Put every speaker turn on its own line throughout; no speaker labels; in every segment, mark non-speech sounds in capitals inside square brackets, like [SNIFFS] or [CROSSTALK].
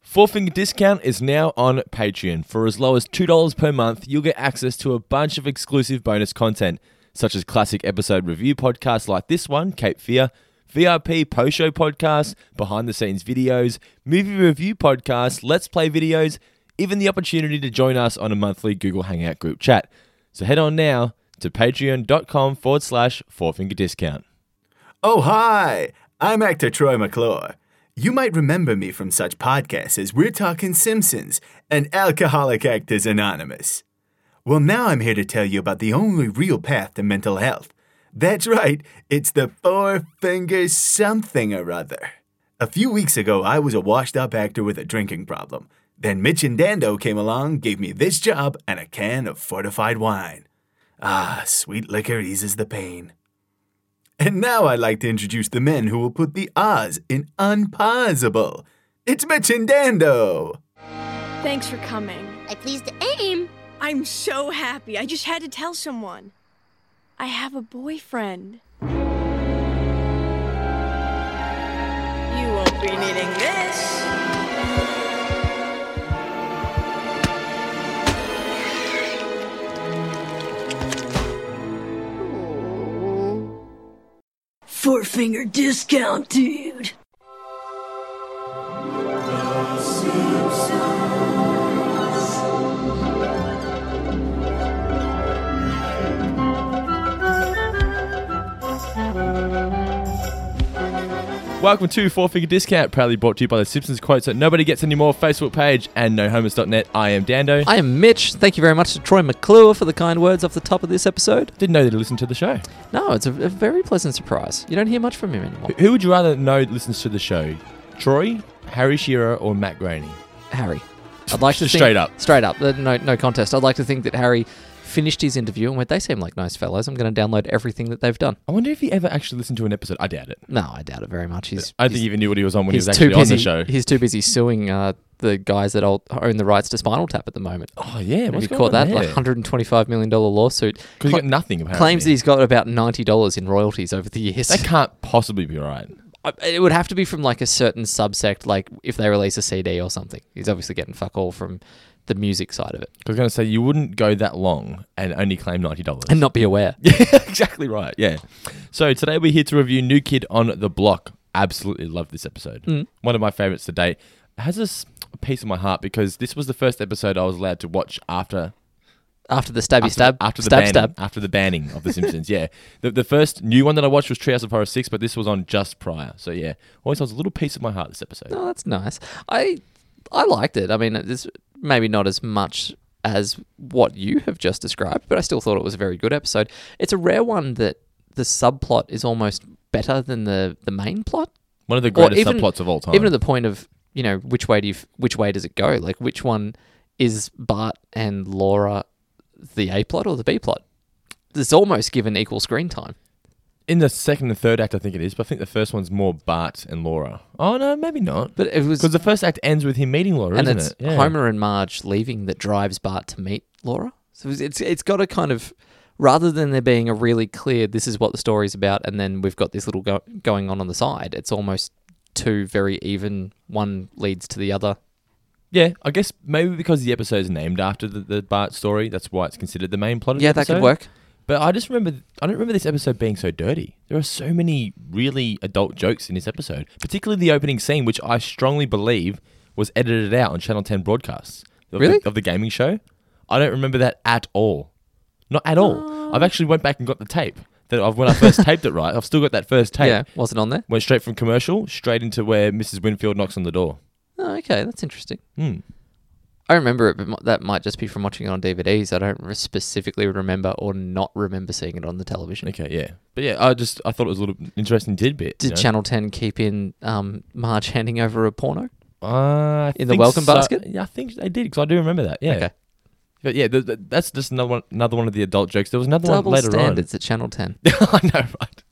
Four Finger Discount is now on Patreon. For as low as $2 per month, you'll get access to a bunch of exclusive bonus content, such as classic episode review podcasts like this one, Cape Fear, VIP post show podcasts, behind the scenes videos, movie review podcasts, Let's Play videos, even the opportunity to join us on a monthly Google Hangout group chat. So head on now to patreon.com forward slash Four Finger Discount.
Oh, hi! I'm actor Troy McClure. You might remember me from such podcasts as We're Talking Simpsons and Alcoholic Actors Anonymous. Well, now I'm here to tell you about the only real path to mental health. That's right, it's the four finger something or other. A few weeks ago, I was a washed up actor with a drinking problem. Then Mitch and Dando came along, gave me this job and a can of fortified wine. Ah, sweet liquor eases the pain. And now I'd like to introduce the men who will put the Oz in unpausable. It's Mitch and Dando.
Thanks for coming.
I pleased the aim.
I'm so happy. I just had to tell someone. I have a boyfriend. You won't be needing this.
Four finger discount, dude.
Welcome to Four Figure Discount, proudly brought to you by the Simpsons quotes that nobody gets anymore Facebook page and nohomers.net. I am Dando.
I am Mitch. Thank you very much to Troy McClure for the kind words off the top of this episode.
didn't know they'd listen to the show.
No, it's a, a very pleasant surprise. You don't hear much from
[LAUGHS]
him anymore.
Who would you rather know listens to the show? Troy, Harry Shearer, or Matt Groening?
Harry. I'd like to
Just
think,
straight up.
Straight up. Uh, No, no contest. I'd like to think that Harry finished his interview and went, they seem like nice fellows. I'm going to download everything that they've done.
I wonder if he ever actually listened to an episode. I doubt it.
No, I doubt it very much. He's,
I don't
he's-
think he even knew what he was on when he
he's
was actually
busy,
on the show.
He's too busy suing uh, the guys that own own the rights to Spinal Tap at the moment.
Oh, yeah.
we
What's
caught
going
that
on
like
there?
$125 million lawsuit.
'Cause he
Cla-
got nothing, apparently.
claims that he's got about $90 in royalties over the years.
That can't possibly be right.
I- it would have to be from like a certain subsect, like if they release a CD or something. He's obviously getting fuck all from the music side of it
I was going to say, you wouldn't go that long and only claim $90.
and not be aware.
[LAUGHS] exactly right. Yeah. So today we're here to review New Kid on the Block. Absolutely love this episode.
Mm.
One of my favorites to date. It has this piece of my heart because this was the first episode I was allowed to watch after
After the stabby
after,
stab,
after the
stab
banning,
stab.
after the banning of The Simpsons. yeah, the, the first new one that I watched was Treehouse of Horror six, but this was on just prior. So yeah, always has a little piece of my heart this episode.
Oh, that's nice. I I liked it. I mean, it's maybe not as much as what you have just described, but I still thought it was a very good episode. It's a rare one that the subplot is almost better than the the main plot.
One of the
Or
greatest subplots of all time.
Even to the point of you know which way do you, f- which way does it go? Like which one is Bart and Laura the A plot or the B plot? It's almost given equal screen time.
in the second and third act, I think it is, but I think the first one's more Bart and Laura. Oh no, maybe not.
But it was
Because the first act ends with him meeting Laura,
and
isn't
it's
it? Yeah.
Homer and Marge leaving that drives Bart to meet Laura. So it's- it's it's got a kind of rather than there being a really clear this is what the story's about, and then we've got this little go- going on on the side. It's almost two very even. One leads to the other.
Yeah, I guess maybe because the episode is named after the, the Bart story, that's why it's considered the main plot. Of the
Yeah, that could
episode.
work.
But I just remember, I don't remember this episode being so dirty. There are so many really adult jokes in this episode, particularly the opening scene, which I strongly believe was edited out on Channel Ten broadcasts of,
Really?
the, of the gaming show. I don't remember that at all, not at
Oh.
all. I've actually went back and got the tape that of when I
[LAUGHS]
first taped it. Right, I've still got that first tape.
Yeah, wasn't on there.
Went straight from commercial straight into where Mrs. Winfield knocks on the door.
Oh, okay, that's interesting.
Hmm.
I remember it, but mi- that might just be from watching it on DVDs. I don't re- specifically remember or not remember seeing it on the television.
Okay, yeah, but yeah, I just I thought it was a little interesting tidbit.
Did
you know?
Channel Ten keep in um, Marge [LAUGHS] handing over a porno?
Uh, I
In the
think
welcome
so-
basket?
Yeah, I think they did because I do remember that. Yeah.
Okay.
But yeah, th- th- that's just another one, another one of the adult jokes. There was another
Double
one later
standards at Channel Ten.
on. [LAUGHS] I know, right?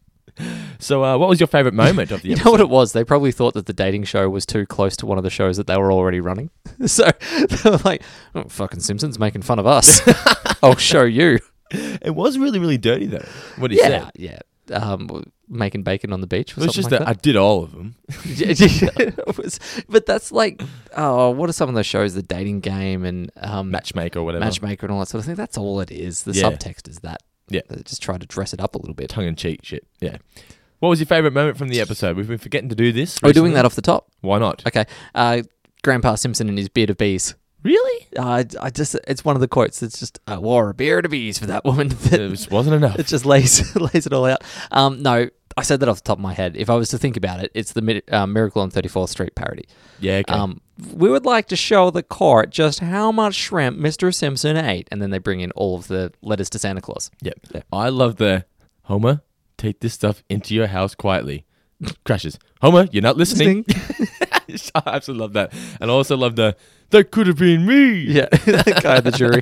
So, uh, what was your favorite moment of the
[LAUGHS] You
episode?
know what it was? They probably thought that the dating show was too close to one of the shows that they were already running. [LAUGHS] So they were like, oh, fucking Simpsons making fun
[LAUGHS]
of us. I'll show you.
It was really, really dirty though. What he
Yeah.
said.
Yeah. Um, making bacon on the beach. Or
It's
something
just
like
that, I did all of
[LAUGHS]
them. [LAUGHS]
Yeah, yeah, it was- but that's like, oh, what are some of those shows? The dating game and um,
Matchmaker or whatever.
matchmaker and all that sort of thing. That's all it is. The
Yeah.
subtext is that.
Yeah.
They just try to dress it up a little bit.
Tongue in cheek shit. Yeah. What was your favourite moment from the episode? We've been forgetting to do this.
Are we doing
recently.
that off the top?
Why not?
Okay. Uh, Grandpa Simpson and his beard of bees.
Really?
Uh, I, I just, it's one of the quotes. It's just, I wore a beard of bees for that woman. [LAUGHS]
It just wasn't enough.
it just lays [LAUGHS] lays it all out. Um, no, I said that off the top of my head. If I was to think about it, it's the Mi- uh, Miracle on 34th Street parody.
yeah, okay.
Um, we would like to show the court just how much shrimp Mr. Simpson ate, and then they bring in all of the letters to Santa Claus.
Yep.
Yeah.
I love the Homer, take this stuff into your house quietly. [LAUGHS] Crashes. Homer, you're not listening. [LAUGHS] I absolutely love that. And I also love the that could have been me.
Yeah, [LAUGHS] that guy at the [LAUGHS] jury.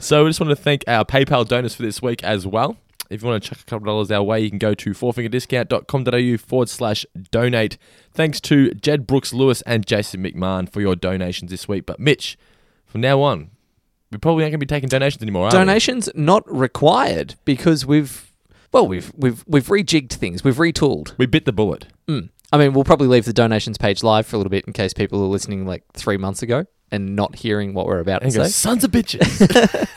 So we just want to thank our PayPal donors for this week as well. If you want to chuck a couple of dollars our way, you can go to fourfingerdiscount.com.au forward slash donate. Thanks to Jed Brooks Lewis and Jason McMahon for your donations this week. But Mitch, from now on, we probably aren't going to be taking donations anymore, are we?
Donations not required because we've well we've we've we've rejigged things. We've retooled.
We bit the bullet.
Mm. I mean, we'll probably leave the donations page live for a little bit in case people are listening like three months ago and not hearing what we're about
And
to
go,
say.
sons of bitches.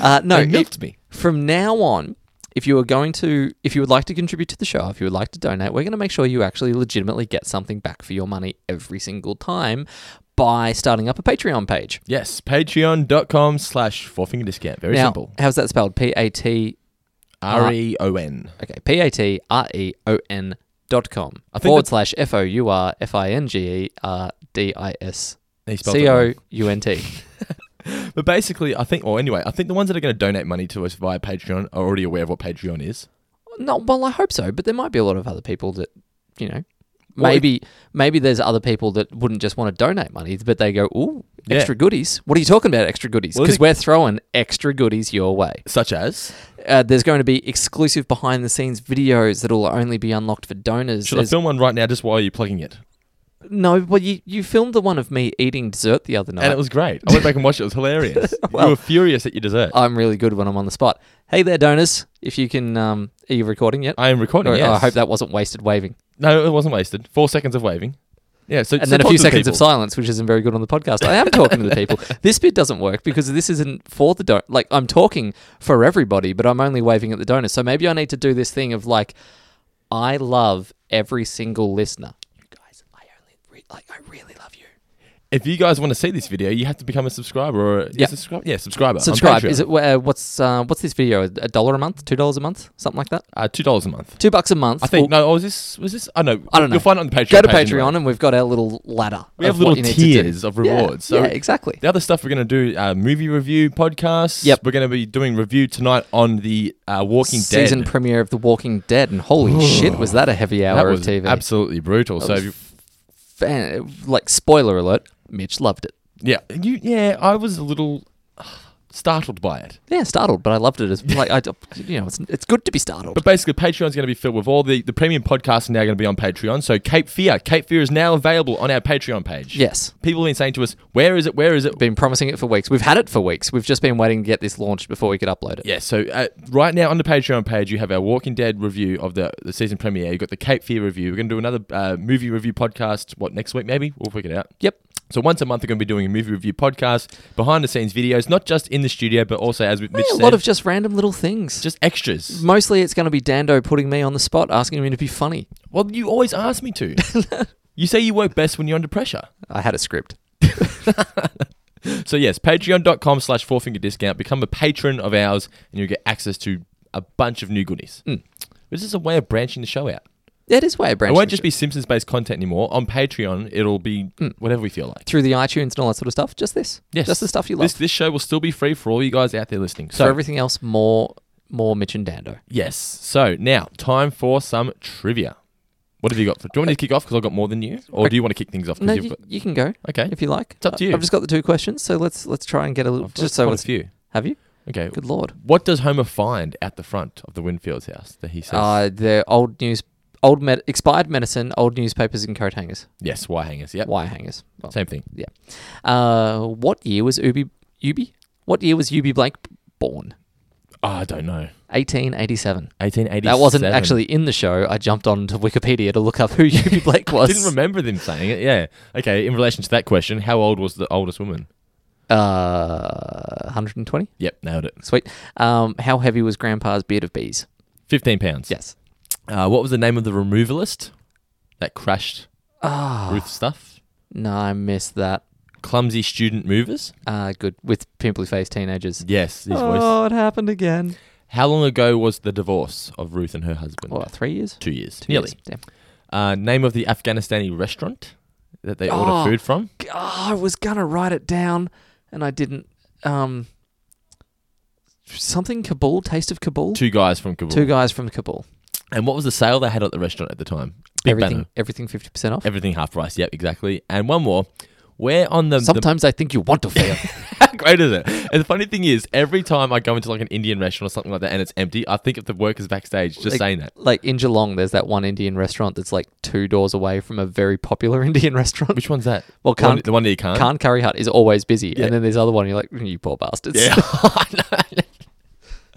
Uh, [LAUGHS] no,
they
if-
milked me.
from now on, if you are going to, if you would like to contribute to the show, if you would like to donate, we're going to make sure you actually legitimately get something back for your money every single time by starting up a Patreon page.
Yes, patreon.com slash fourfingerdiscount. Very
now,
simple.
how's that spelled? P A T.
R E O N.
Okay, P A T R E O N dot com
think
forward
that-
slash F O U R F I N G E R D I S
He spelled
C
it
O
wrong.
U N T.
But basically, I think, well, anyway, I think the ones that are going to donate money to us via Patreon are already aware of what Patreon is.
No, well, I hope so, but there might be a lot of other people that, you know, maybe maybe there's other people that wouldn't just want to donate money, but they go, "Ooh,
Yeah.
extra goodies." What are you talking about, extra goodies?
Well, I
Because
think-
we're throwing extra goodies your way.
Such as,
Uh, there's going to be exclusive behind the scenes videos that will only be unlocked for donors.
should I
There's-
film one right now just while you're plugging it?
no, well, you you filmed the one of me eating dessert the other night.
And it was great. I went back and watched it. It was
[LAUGHS]
hilarious. you were furious at your dessert.
I'm really good when I'm on the spot. Hey there, donors! If you can, um, are you recording yet?
I am recording.
Or-
yes.
I hope that wasn't wasted waving.
No, it wasn't wasted. Four seconds of waving. Yeah. So
and then a few seconds of
silence.
silence, which isn't very good on the podcast. I am talking to the
[LAUGHS]
people. This bit doesn't work because this isn't for the don. Like I'm talking for everybody, but I'm only waving at the donors. So maybe I need to do this thing of like, I love every single listener. Uh, You guys, I only re- like I really love you.
If you guys want to see this video, you have to become a subscriber or a,
Yeah.
subscribe, yeah, subscriber. on
Subscribe.
Patreon.
Is it uh, what's uh, what's this video? A dollar a month? Two dollars a month? Something like that?
uh, two dollars a month?
Two bucks a month?
I think.
Well,
no, oh, was this? Was this? I know.
I don't know.
You'll find it on the Patreon.
Go to
page
Patreon,
anyway.
and we've got our little ladder.
We have
of what
little
you need to do.
tiers of
Yeah,
rewards. so
yeah exactly.
The other stuff we're going to do: uh, movie review, podcasts.
Yep.
We're going to be doing review tonight on the uh, Walking
season
Dead.
premiere of The Walking Dead, and holy shit, was that a heavy
that
hour
was
of TV?
absolutely brutal. so if
was
you,
Fan- like spoiler alert, Mitch loved it.
yeah, you yeah, I was a little [SIGHS] startled by it.
Yeah, startled, but I
[LAUGHS]
loved it as like I, you know, it's, it's good to be startled.
But basically, Patreon's going to be filled with all the the premium podcasts are now going to be on Patreon. So Cape Fear, Cape Fear is now available on our Patreon page.
yes,
People have been saying to us, "Where is it? Where is it?"
been promising it for weeks. We've had it for weeks. We've just been waiting to get this launched before we could upload it.
Yeah, so uh, right now on the Patreon page, you have our Walking Dead review of the, the season premiere. You've got the Cape Fear review. We're going to do another uh, movie review podcast, what, next week maybe? We'll figure it out.
Yep.
So once a month, we're going to be doing a movie review podcast, behind the scenes videos, not just in the studio, but also, as Mitch
Yeah, a
said,
lot of just random little things.
just extras.
mostly, it's going to be Dando putting me on the spot, asking me to be funny.
Well, you always ask me to.
[LAUGHS]
you say you work best when you're under pressure.
I had a script.
So yes, patreon.com slash fourfinger discount. Become a patron of ours and you'll get access to a bunch of new goodies.
Hmm.
This is a way of branching the show out.
It is way
It
branching.
won't just be Simpsons based content anymore. On Patreon, it'll be
Hmm.
whatever we feel like.
through the iTunes and all that sort of stuff. Just this.
Yes.
Just the stuff you love.
This, this show will still be free for all you guys out there listening.
for
So,
everything else, more, more Mitch and Dando.
yes. So, now, time for some trivia. What have you got? For, do you want me to kick off because I've got more than you? Or do you want to kick things off? 'cause
No,
you've
you,
got-
you can go.
Okay.
if you like.
It's up to you.
I've just got the two questions, so let's let's try and get a little.
I've got
just so
quite
it's
a few.
Have you?
Okay.
Good lord.
What does Homer find at the front of the Winfield's house that he says?
Uh, the old news, old med- expired medicine, old newspapers and coat hangers,
yes, wire hangers. Yep.
wire hangers. Well,
Same thing.
yeah. Uh, what year was Ubi Ubi? What year was Ubi Blank born?
Oh, I don't know.
1887.
1887.
That wasn't actually in the show. I jumped on to Wikipedia to look up who
[LAUGHS]
Yubi Blake was.
Didn't remember them saying it. Yeah. Okay. In relation to that question, how old was the oldest woman?
Uh, 120.
Yep, nailed it.
Sweet. Um, how heavy was Grandpa's beard of bees?
Fifteen pounds.
Yes.
Uh, what was the name of the removalist that crashed
Ah,
Ruth stuff?
no, I missed that.
Clumsy student movers.
Uh, good with pimply faced teenagers.
Yes, his voice.
Oh, it happened again.
How long ago was the divorce of Ruth and her husband?
What, three years?
Two years.
Two
nearly.
years. Damn.
Uh, name of the Afghanistani restaurant that they order
Oh.
food from.
Oh, I was gonna write it down, and I didn't. Um, something Kabul, taste of Kabul.
Two guys from Kabul.
Two guys from Kabul.
And what was the sale they had at the restaurant at the time? Big
everything,
banner.
everything fifty percent off.
Everything half price. Yep, exactly. And one more. Where on the, the
Sometimes I think you want to
[LAUGHS]
fail.
How great is it? And the funny thing is, every time I go into like an Indian restaurant or something like that and it's empty, I think of the workers backstage just
Like-
saying that.
like in Geelong, there's that one Indian restaurant that's like two doors away from a very popular [LAUGHS] Indian restaurant.
Which one's that?
Well,
The one-
Khan-
the one that you can't.
Khan Curry Hut is always busy,
Yeah.
and then there's other one. You're like, "Mm, you poor
[LAUGHS]
bastards.
Yeah. I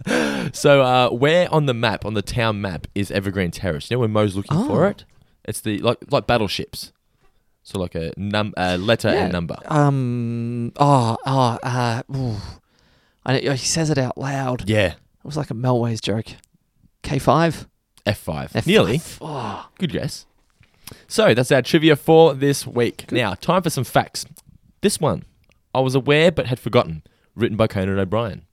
know. [LAUGHS] so, uh, where on the map, on the town map, is Evergreen Terrace? You know where Mo's looking for
Oh.
it? It's the like like battleships. So like a num a letter and number.
Um. Oh. Oh. Uh. ooh. I, he says it out loud.
Yeah.
It was like a Melways joke. K five.
F five.
F
Nearly.
five. Oh.
Good guess. So that's our trivia for this week. Now, time for some facts. This one, I was aware but had forgotten, written by Conan O'Brien.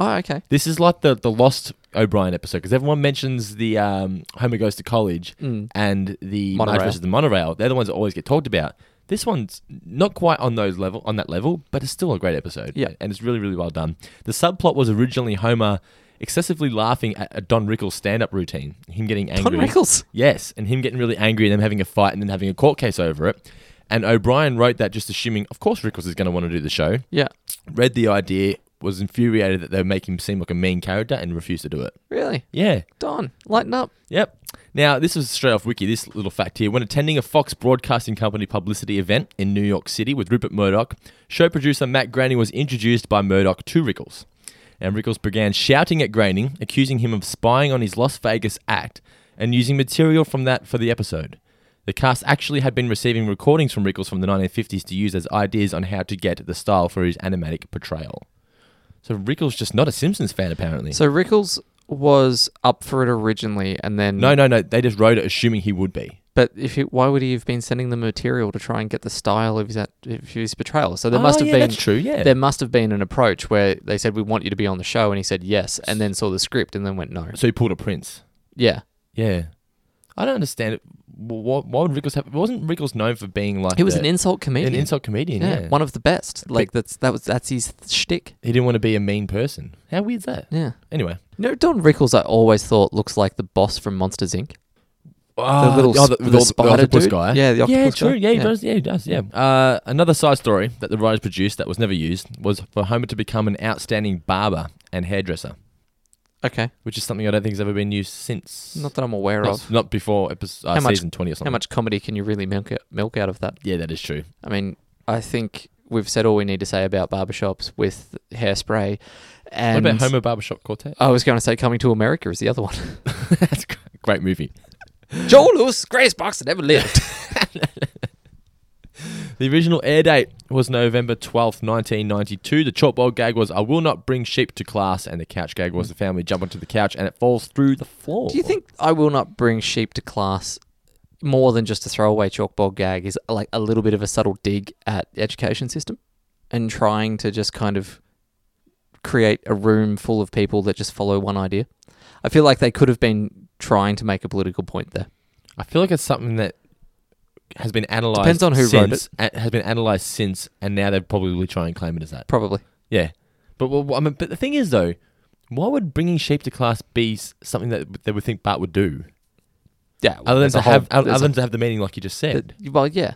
Oh, okay.
This is like the, the lost O'Brien episode because everyone mentions the um, Homer goes to college and the Marge
Mm. Monorail.
versus the monorail. They're the ones that always get talked about. This one's not quite on those level on that level, but it's still a great episode.
Yeah.
and it's really really well done. The subplot was originally Homer excessively laughing at a Don Rickles stand up routine, him getting angry.
Don Rickles.
Yes, and him getting really angry and them having a fight and then having a court case over it. And O'Brien wrote that just assuming, of course, Rickles is going to want to do the show.
Yeah.
Read the idea, was infuriated that they make him seem like a mean character and refused to do it.
Really.
Yeah.
Don, lighten up.
Yep. Now, this was straight off Wiki, this little fact here. When attending a Fox Broadcasting Company publicity event in New York City with Rupert Murdoch, show producer Matt Groening was introduced by Murdoch to Rickles. And Rickles began shouting at Groening, accusing him of spying on his Las Vegas act and using material from that for the episode. The cast actually had been receiving recordings from Rickles from the 1950s to use as ideas on how to get the style for his animatic portrayal. So Rickles just not a Simpsons fan apparently.
So Rickles was up for it originally, and then
no, no, no. They just wrote it assuming he would be.
But if he, why would he have been sending them material to try and get the style of his act- of his portrayal? So there
Oh,
must have
yeah,
been
that's true, yeah.
there must have been an approach where they said we want you to be on the show, and he said yes, and then saw the script and then went no.
So he pulled a Prince.
Yeah,
Yeah, I don't understand it. Why, why would Rickles have? Wasn't Rickles known for being like
he was
the-
an insult comedian.
an insult comedian?
yeah,
Yeah,
one of the best. Like that's that was that's his shtick.
he didn't want to be a mean person. How weird's that?
Yeah.
Anyway,
No, Don Rickles, I always thought looks like the boss from Monsters Inc.
Ah,
little s-
with
oh, the
all
spider
octopus
dude.
guy.
Yeah, the octopus
true.
guy.
Yeah, he
Yeah.
does. Yeah, he does. Yeah. Uh, another side story that the writers produced that was never used was for Homer to become an outstanding barber and hairdresser,
Okay,
which is something I don't think has ever been used since.
not that I'm aware
not,
of.
not before episode, uh,
How much-
season twenty or something.
How much comedy can you really milk it, milk out of that?
Yeah, that is true.
I mean, I think we've said all we need to say about barbershops with hairspray.
What
And
about Homer Barbershop Quartet?
I was going to say Coming to America is the [LAUGHS] other one.
[LAUGHS] That's a great movie.
Joel Lewis, greatest boxer that ever lived.
The original air date was November 12th, 1992. The chalkboard gag was, I will not bring sheep to class. And the couch gag was, the family jump onto the couch and it falls through the floor.
Do you think I will not bring sheep to class more than just a throwaway chalkboard gag is like a little bit of a subtle dig at the education system and trying to just kind of create a room full of people that just follow one idea? I feel like they could have been trying to make a political point there.
I feel like it's something that has been analysed.
Depends on who wrote
since- a- has been analysed since, and now they're probably trying to claim it as that.
Probably.
Yeah. But, well, I mean, but the thing is, though, why would bringing sheep to class be s- something that they would think Bart would do?
Yeah.
Other than,
there's
to
a whole-
have, other
there's a-
than to have the meaning like you just said.
that- well, yeah.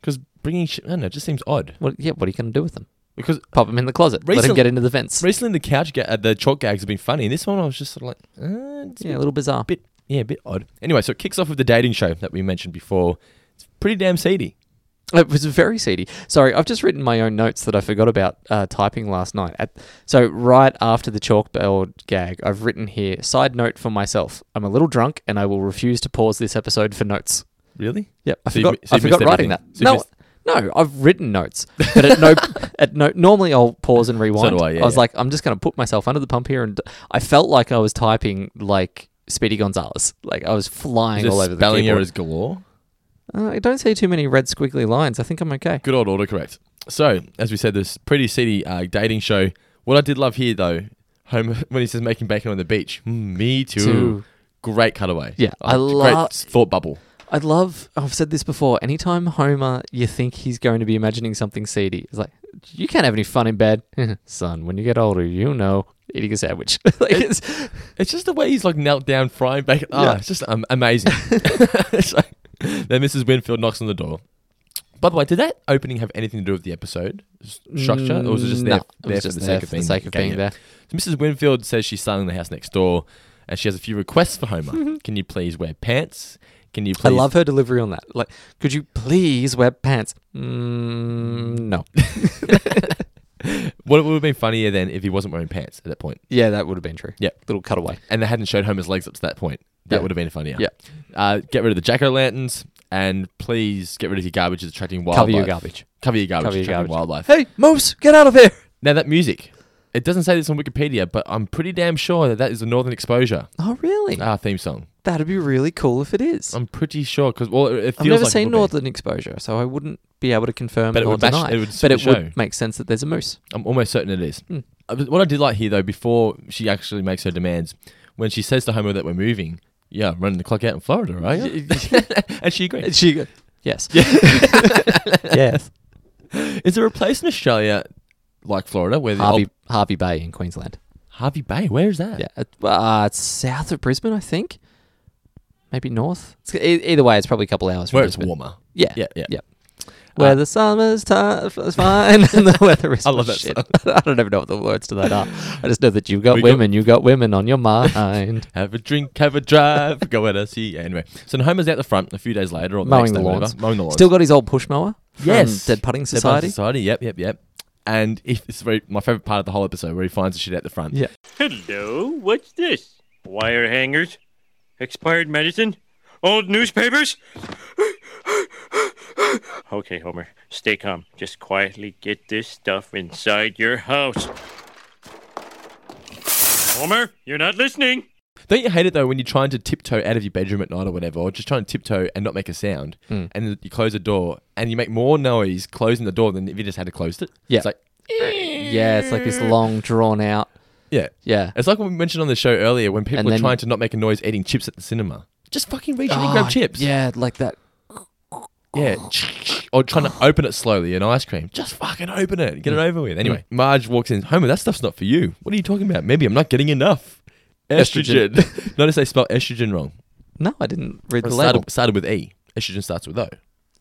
Because bringing sheep, I don't know, it just seems odd.
What, yeah, what are you going to do with them?
Because
Pop them in the closet. let
Recent-
him get into the fence.
Recently, the couch, ga- uh, the chalk gags have been funny, and this one I was just sort of like, uh, it's
yeah, a little bizarre.
a bit, yeah, a bit odd. Anyway, so it kicks off with the dating show that we mentioned before. It's pretty damn seedy.
It was very seedy. Sorry, I've just written my own notes that I forgot about uh, typing last night. At, so, right after the chalkboard gag, I've written here side note for myself. I'm a little drunk and I will refuse to pause this episode for notes.
Really?
Yep, I
So you've
forgot.
mi- so
I
you've
forgot
missed
writing that.
everything. So you've
no, no, I've written notes, but at no, [LAUGHS] at no. Normally, I'll pause and rewind.
do I, yeah,
was
yeah.
like, I'm just going to put myself under the pump here, and d- I felt like I was typing like Speedy Gonzales. Like I was flying all over the
spelling
keyboard.
errors galore.
Uh, I don't see too many red squiggly lines. I think I'm okay.
Good old autocorrect. So, as we said, this pretty seedy uh, dating show. What I did love here, though, home [LAUGHS] when he says making bacon on the beach. Mm, me too.
Too.
Great cutaway.
Yeah, I
Great
love-
thought bubble.
I love. I've said this before. Anytime Homer, you think he's going to be imagining something seedy, it's like you can't have any fun in bed, [LAUGHS] son. When you get older, you know eating a sandwich. [LAUGHS] like it's,
It's just the way he's like knelt down frying bacon. Ah,
Yeah.
it's just um,
[LAUGHS]
amazing. [LAUGHS] It's like- then Mrs. Winfield knocks on the door. By the way, did that opening have anything to do with the episode s- structure, or was it just there,
No, Mm, it
there
was
for
just
the
there
sake of
for
being,
the sake of
okay,
being
yeah.
there?
So Mrs. Winfield says she's selling the house next door, and she has a few requests for
[LAUGHS]
Homer. Can you please wear pants? Can you please?
I love her delivery on that. Like, could you please wear pants? Mm, no.
What would have been funnier then if he wasn't wearing pants at that point,
yeah, that would have been true.
Yep.
Little cutaway.
and they hadn't showed Homer's legs up to that point. That
Yeah.
would have been funnier.
Yeah.
Uh, get rid of the jack o' lanterns, and please get rid of your garbage. It's attracting wildlife.
Cover your garbage.
Cover your garbage.
Cover your
it's attracting
garbage.
Wildlife.
Hey, moose, get out of here.
Now that music, it doesn't say this on Wikipedia, but I'm pretty damn sure that that is the Northern Exposure
Oh, really?
ah, theme song.
That'd be really cool if it is.
I'm pretty sure because well, it it feels
I've never
like it
seen
would be.
Northern Exposure, so I wouldn't be able to confirm
But it
or
would match-
deny.
it would
but it
show.
would make sense that there's a moose.
I'm almost certain it is.
Mm.
Uh, but What I did like here, though, before she actually makes her demands, when she says to Homer that we're moving, yeah, I'm running the clock out in Florida, right? [LAUGHS] and she agrees.
she
[LAUGHS]
go- [LAUGHS] yes. yes.
Is there a place in Australia like Florida where the
Harvey
old-
Harvey Bay in Queensland.
Harvey Bay? Where is that?
Yeah, it- uh, it's south of Brisbane, I think. Maybe north. It's, e- either way, it's probably a couple hours. From
where it's
Brisbane.
warmer.
Yeah,
Yeah, yeah.
Where
Uh,
the summer's tough is fine and
[LAUGHS]
the weather is
I love that
shit. [LAUGHS] I don't even know what the words to that are. I just know that you got
We got-
women, you got women on
[LAUGHS]
your mind.
Have a drink, have a drive, go out and see. Anyway, so now Homer's out the front a few days later, or the
Mowing
next
the
day,
lawns.
whatever, mowing the lawns.
Still got his old push mower. from
Yes.
Dead Putting
Step Up
Society.
Society. Yep, yep, yep. And if, it's very, my favorite part of the whole episode where he finds the shit out the front.
Yeah.
Hello, what's this? Wire hangers? Expired medicine? Old newspapers? okay, Homer, stay calm. Just quietly get this stuff inside your house. Homer, you're not listening.
Don't you hate it though when you're trying to tiptoe out of your bedroom at night or whatever, or just trying to tiptoe and not make a sound,
Hmm.
and you close the door and you make more noise closing the door than if you just had to closed it?
Yeah.
It's like,
Yeah, it's like this long, drawn out.
yeah.
Yeah.
It's like what we mentioned on the show earlier when people
And
are
then-
trying to not make a noise eating chips at the cinema. Just fucking reach in and grab
Oh,
chips.
Yeah, like that.
Yeah. [SNIFFS] Or trying to open it slowly, an ice cream. Just fucking open it. Get it
Mm.
over with. Anyway, Marge walks in. Homer, that stuff's not for you. What are you talking about? Maybe I'm not getting enough.
Estrogen.
Estrogen. [LAUGHS] Notice they spell estrogen wrong.
No, I didn't read
It
the label.
started, started with E. Estrogen starts with O.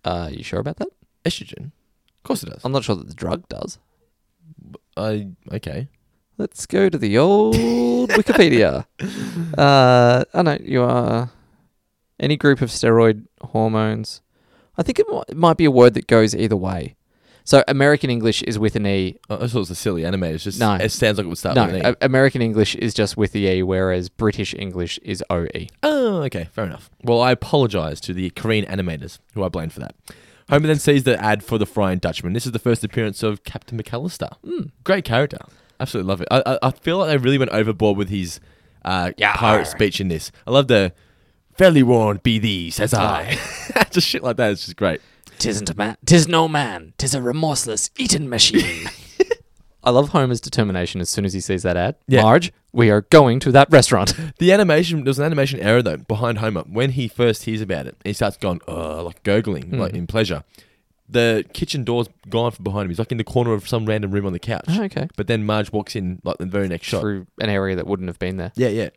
Uh, you sure about that?
Estrogen? Of course it does.
I'm not sure that the drug does.
I okay.
Let's go to the old Wikipedia. Uh, I know you are any group of steroid hormones. I think it, mi- it might be a word that goes either way. So American English is with an e.
I thought it was a silly anime. It's just
No.
it sounds like it would start
No,
with an E.
A- American English is just with the e, whereas British English is o e.
oh, okay, fair enough. Well, I apologize to the Korean animators who I blame for that. Homer then sees the ad for the Frying Dutchman. This is the first appearance of Captain McAllister. Great character. Absolutely love it. I, I, I feel like they really went overboard with his uh, pirate speech in this. I love the fairly warned be these as I. [LAUGHS] just shit like that. It's just great.
Tisn't a man. Tis no man. Tis a remorseless eaten machine.
[LAUGHS]
I love Homer's determination as soon as he sees that ad.
Yeah.
Marge, we are going to that
[LAUGHS]
restaurant.
The animation there's an animation error though behind Homer when he first hears about it. He starts going uh like gurgling
Hmm.
like in pleasure. The kitchen door's gone from behind him. He's like in the corner of some random room on the couch.
Oh, okay.
But then Marge walks in like the very next shot.
Through an area that wouldn't have been there.
Yeah, yeah.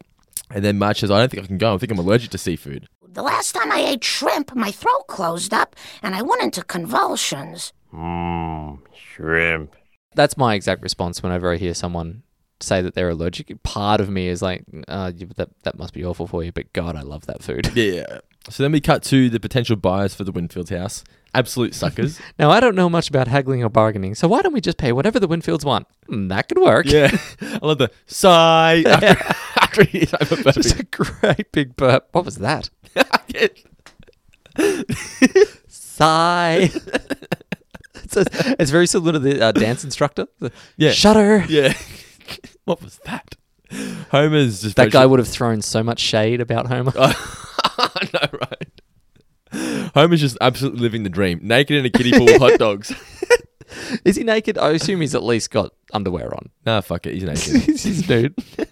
And then Marge says, "I don't think I can go. I think I'm allergic to seafood."
The last time I ate shrimp, my throat closed up and I went into convulsions.
Mmm, shrimp.
That's my exact response whenever I hear someone say that they're allergic. Part of me is like, uh, you- that that must be awful for you, but God, I love that food.
Yeah. So then we cut to the potential buyers for the Winfield house. Absolute
[LAUGHS]
suckers.
[LAUGHS] Now, I don't know much about haggling or bargaining, so why don't we just pay whatever the Winfields want? Mm, that could work.
yeah. I love the
[LAUGHS]
sigh. After, after he's over
Just a [LAUGHS] great big burp. What was that?
burping. [LAUGHS]
Sigh. it's, a- it's very similar to the uh, dance instructor. The
Yeah.
Shudder.
Yeah. [LAUGHS] what was that? Homer's just
That guy would have thrown so much shade about Homer.
[LAUGHS] I know, right? Homer's just absolutely living the dream. Naked in a kiddie pool with [LAUGHS] hot dogs.
Is he naked? I assume he's at least got underwear on.
Nah, fuck it. [LAUGHS] He's naked.
he's [LAUGHS] just nude. Just-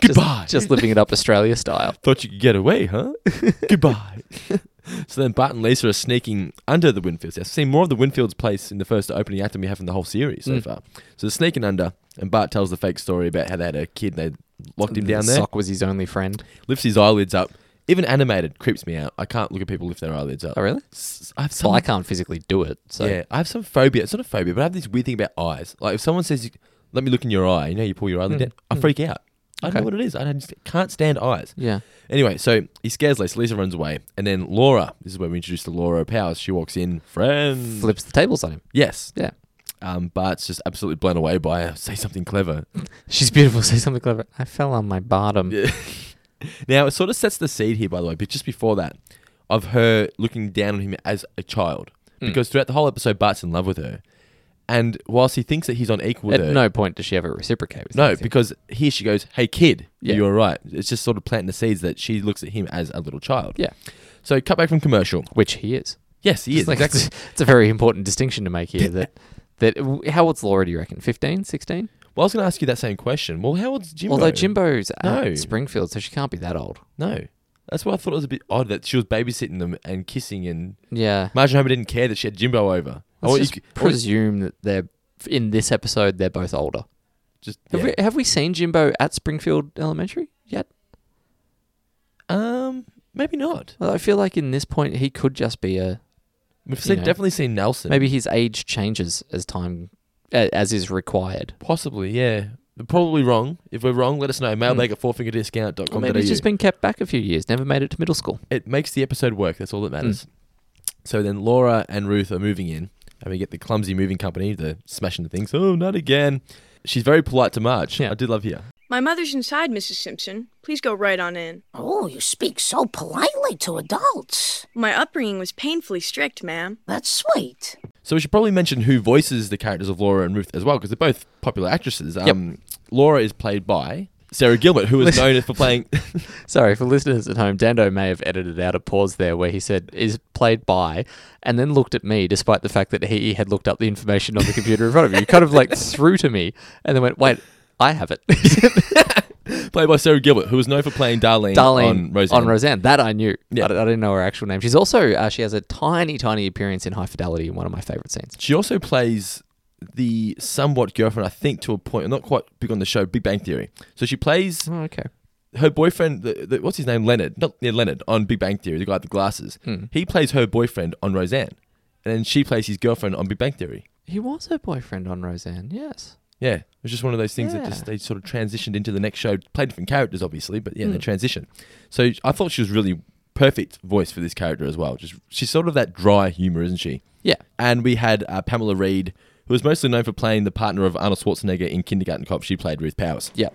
Goodbye.
Just, living it up Australia style.
Thought you could get away, huh? [LAUGHS] Goodbye. so then Bart and Lisa are sneaking under the Winfields. I've seen more of the Winfields' place in the first opening act than we have in the whole series so far. So they're sneaking under, and Bart tells the fake story about how they had a kid and they locked him down
the
there.
sock was his only friend.
Lifts his eyelids up. Even animated creeps me out. I can't look at people lift their eyelids up.
Oh, really?
S- I have some,
Well, I can't physically do it. So
yeah, I have some phobia. It's not a phobia, but I have this weird thing about eyes. Like if someone says, "Let me look in your eye," you know, you pull your eyelid down, I freak out. I don't know
Hmm. Okay.
what it is. I don't- just can't stand eyes.
Yeah.
Anyway, so he scares Lisa. Lisa runs away, and then Laura. This is where we introduce to Laura Powers. She walks in, friend.
flips the tables on him.
Yes,
Yeah.
um, Bart's just absolutely blown away by her. [LAUGHS] Say something clever.
She's beautiful. [LAUGHS] Say something clever. I fell on my bottom.
Now it sort of sets the seed here, by the way. But just before that, of her looking down on him as a child,
Hmm.
because throughout the whole episode, Bart's in love with her, and whilst he thinks that he's on equal with
At
her,
no point does she ever reciprocate. With
No,
anything.
because here she goes, "Hey kid,
Yeah.
you're right." It's just sort of planting the seeds that she looks at him as a little child.
yeah,
So cut back from commercial.
which he is.
Yes, he is
It's like-
exactly.
[LAUGHS] It's, a very important distinction to make here. That that how old's Laura? Do you reckon? 15, 16?
[LAUGHS] Well, I was going to ask you that same question. Well, how old's Jimbo?
Although Jimbo's
No.
at Springfield, so she can't be that old.
No, that's why I thought it was a bit odd that she was babysitting them and kissing, and
Yeah,
Marge and Homer didn't care that she had Jimbo over. I
let's
want you
just
c- I want-
presume that they're in this episode. They're both older.
just
Have,
yeah.
we, have we seen Jimbo at Springfield Elementary yet?
um maybe not.
Well, I feel like in this point he could just be a
We've
You
seen,
know.
definitely seen Nelson.
maybe his age changes as time a- as is required.
possibly yeah. We're probably wrong. If we're wrong, let us know. Mailbag at fourfingerdiscount.com.
Hmm. Or maybe he's just been kept back a few years, never made it to middle school.
it makes the episode work. That's all that
Mm.
matters. So then Laura and Ruth are moving in, and we get the clumsy moving company. They're smashing the things. Oh, not again. She's very polite to Marge.
Yeah.
I did love here.
My mother's inside, Mrs. Simpson. Please go right on in.
Oh, you speak so politely to adults.
My upbringing was painfully strict, ma'am.
That's sweet.
So we should probably mention who voices the characters of Laura and Ruth as well, because they're both popular actresses. Um, Laura is played by Sarah Gilbert, who
[LAUGHS]
is known for playing. [LAUGHS]
Sorry for listeners at home. Dando may have edited out a pause there where he said is played by, and then looked at me despite the fact that he had looked up the information on the computer in front of me. He kind of like threw to me and then went, "Wait, I have it."
played by Sarah Gilbert, who is known for playing Darlene,
[LAUGHS] Darlene
on Roseanne.
That I knew.
Yeah.
I, d- I didn't know her actual name. She's also uh, she has a tiny, tiny appearance in High Fidelity in one of my favorite scenes.
She also plays the somewhat girlfriend, I think, to a point. I'm not quite big on the show, Big Bang Theory. So she plays
Oh, okay.
her boyfriend, the, the, what's his name, Leonard? Not yeah, Leonard on Big Bang Theory, the guy with the glasses. He plays her boyfriend on Roseanne, and then she plays his girlfriend on Big Bang Theory.
He was her boyfriend on Roseanne. Yes.
Yeah, it was just one of those things that
Yeah.
just they sort of transitioned into the next show. Played different characters, obviously, but yeah, they transitioned. So I thought she was really perfect voice for this character as well. Just she's sort of that dry humor, isn't she?
Yeah.
And we had uh, Pamela Reed, who was mostly known for playing the partner of Arnold Schwarzenegger in Kindergarten Cop. She played Ruth Powers.
Yeah.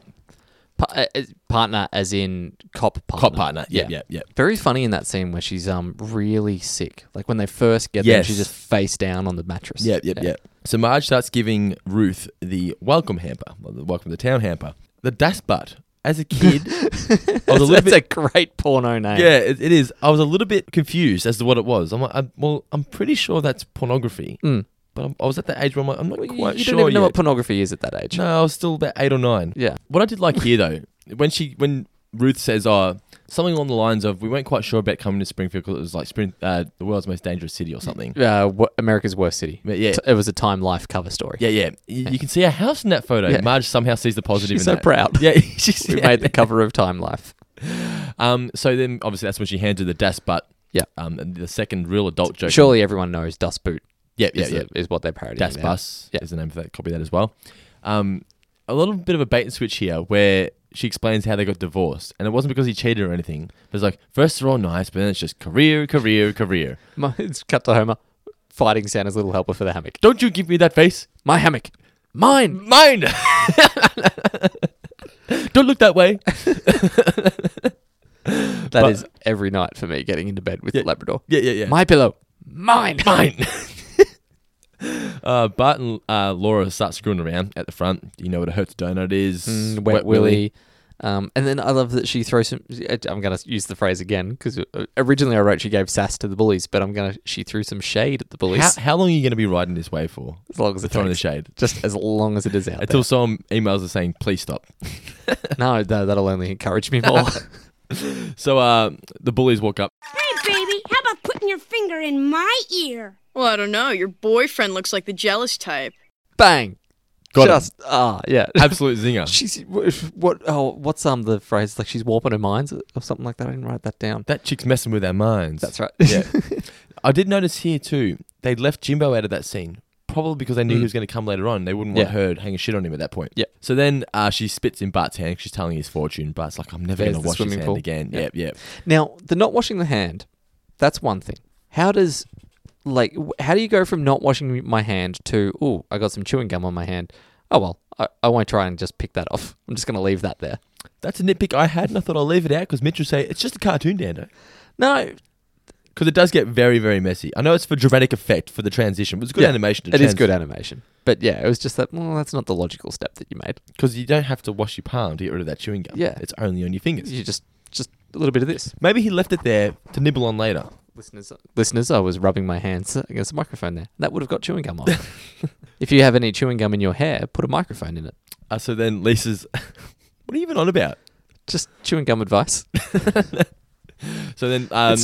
Pa- uh, uh, partner, as in cop partner.
Cop partner. Yeah, yeah, yeah.
Very funny in that scene where she's um really sick. Like when they first get there,
Yes.
she's just face down on the mattress.
Yep, yep,
[LAUGHS]
yep. So Marge starts giving Ruth the welcome hamper, or the welcome to town hamper. The dust butt. As a
[LAUGHS]
kid, I was a little
That's
bit.
a great porno name.
yeah, it, it is. I was a little bit confused as to what it was. I'm like, I'm, well, I'm pretty sure that's pornography. But I'm, I was at that age where I'm like, I'm not
Hmm. Well, you,
quite
you
sure
don't even know
yet.
what pornography is at that age.
No, I was still about eight or nine.
Yeah.
What I did like here though, when she when Ruth says, "Oh, something along the lines of we weren't quite sure about coming to Springfield because it was like Spring, uh, the world's most dangerous city or
[LAUGHS]
something."
Uh, what, America's Worst City.
But yeah.
T- It was a Time Life cover story.
Yeah, yeah. You, you can see a house in that photo.
Yeah.
Marge somehow sees the positive.
She's
in
so
that.
proud.
Yeah, [LAUGHS] she's
We
yeah.
made the cover of Time
[LAUGHS]
Life.
Um, so then obviously that's when she handed the das butt.
Yeah.
Um, and the second real adult joke.
Surely everyone knows Dust Boot
Yeah, yeah,
is,
yeah.
the- is what they're parodying.
Das
there.
bus
Yeah.
is the name of that. Copy that as well. Um, a little bit of a bait and switch here where she explains how they got divorced. And it wasn't because he cheated or anything. It was like, first they're all nice, but then it's just career, career, career.
[LAUGHS] My, it's cut to Homer fighting Santa's little helper for the hammock.
Don't you give me that face.
My hammock. Mine.
Mine! [LAUGHS] Don't look that way.
That is every night for me getting into bed with the Labrador.
Yeah, yeah, yeah.
My pillow. Mine.
Mine! [LAUGHS] uh, Bart and uh, Laura start screwing around at the front. You know what a hurt donut is.
Mm, Wet, Willy. Um, and then I love that she throws some. I'm going to use the phrase again because originally I wrote she gave sass to the bullies, but I'm going to. She threw some shade at the bullies.
How, how long are you going to be riding this way for?
as long as it
Throwing the
takes.
shade.
Just as long as it is
[LAUGHS]
out
Until someone emails us saying, please stop.
there. No, no, that'll only encourage me
[LAUGHS]
more. [LAUGHS]
So uh, the bullies walk up. [LAUGHS]
Hey, baby, how about putting your finger in my ear?
Well, I don't know. Your boyfriend looks like the jealous type.
Bang.
Got 'em.
Just ah yeah.
Absolute zinger.
[LAUGHS] She's what? Oh, what's um the phrase like? She's warping her minds or something like that. I didn't write that down.
That chick's messing with our minds.
That's right.
Yeah.
[LAUGHS]
I did notice here too, they left Jimbo out of that scene. Probably because they knew he was going to come later on. They wouldn't want
Mm. Yeah.
her hanging shit on him at that point.
Yeah.
So then uh, she spits in Bart's hand. 'cause She's telling his fortune. Bart's like, I'm never
There's
going to
the
wash his
swimming
hand
pool.
again.
Yeah.
Yep, yep.
Now, the not washing the hand, that's one thing. How does, like, w- how do you go from not washing my hand to, oh, I got some chewing gum on my hand? Oh, well, I, I won't try and just pick that off. [LAUGHS] I'm just going to leave that there.
That's a nitpick I had, and I thought I'll leave it out because Mitch would say, it's just a cartoon, Dando.
No,
Because it does get very, very messy. I know it's for dramatic effect for the transition, but it's good
Yeah,
animation to
it is
trans-
good animation. But yeah, it was just that, well, that's not the logical step that you made.
Because you don't have to wash your palm to get rid of that chewing gum.
Yeah.
It's only on your fingers.
You just, just a little bit of this.
Maybe he left it there to nibble on later.
Listeners, listeners, I was rubbing my hands against the microphone there. That would have got chewing gum on. if you have any chewing gum in your hair, put a microphone in it.
Uh, so then Lisa's, [LAUGHS] what are you even on about?
Just chewing gum advice.
So then, um,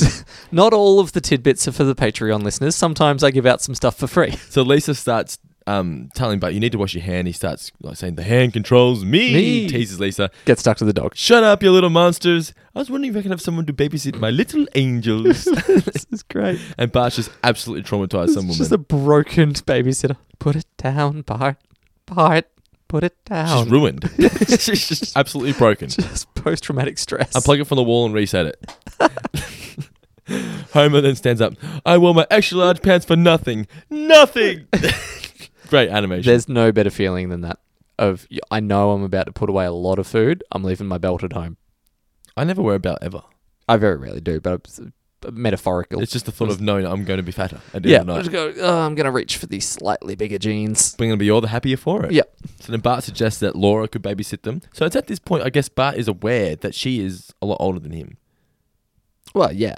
Not all of the tidbits are for the Patreon listeners. Sometimes I give out some stuff
[LAUGHS]
for free.
[LAUGHS] so Lisa starts um, telling Bart, you need to wash your hand. He starts like saying, the hand controls me.
Me.
Teases Lisa,
Get stuck to the dog.
shut up, you little monsters. I was wondering if I could have someone to babysit my little
[LAUGHS]
angels.
This is great.
and Bart's just absolutely traumatized some woman.
It's just a broken babysitter. Put it down, Bart. Bart, put it down.
She's
[LAUGHS]
ruined. She's just absolutely broken.
Just post traumatic stress.
Unplug it from the wall and reset it. [LAUGHS] Homer then stands up. I wore my extra large pants for nothing.
[LAUGHS]
Nothing. Great animation.
There's no better feeling than that. Of y- I know I'm about to put away a lot of food. I'm leaving my belt at home.
I never wear a belt ever.
I very rarely do, but it's uh, metaphorical.
It's just the thought of knowing I'm going to be fatter at the
yeah.
end of
I
the
just
night.
go, "Oh, I'm gonna reach for these slightly bigger jeans.
I'm going to be all the happier for it.
Yeah.
So then Bart suggests that Laura could babysit them. So it's at this point, I guess Bart is aware that she is a lot older than him.
Well, yeah.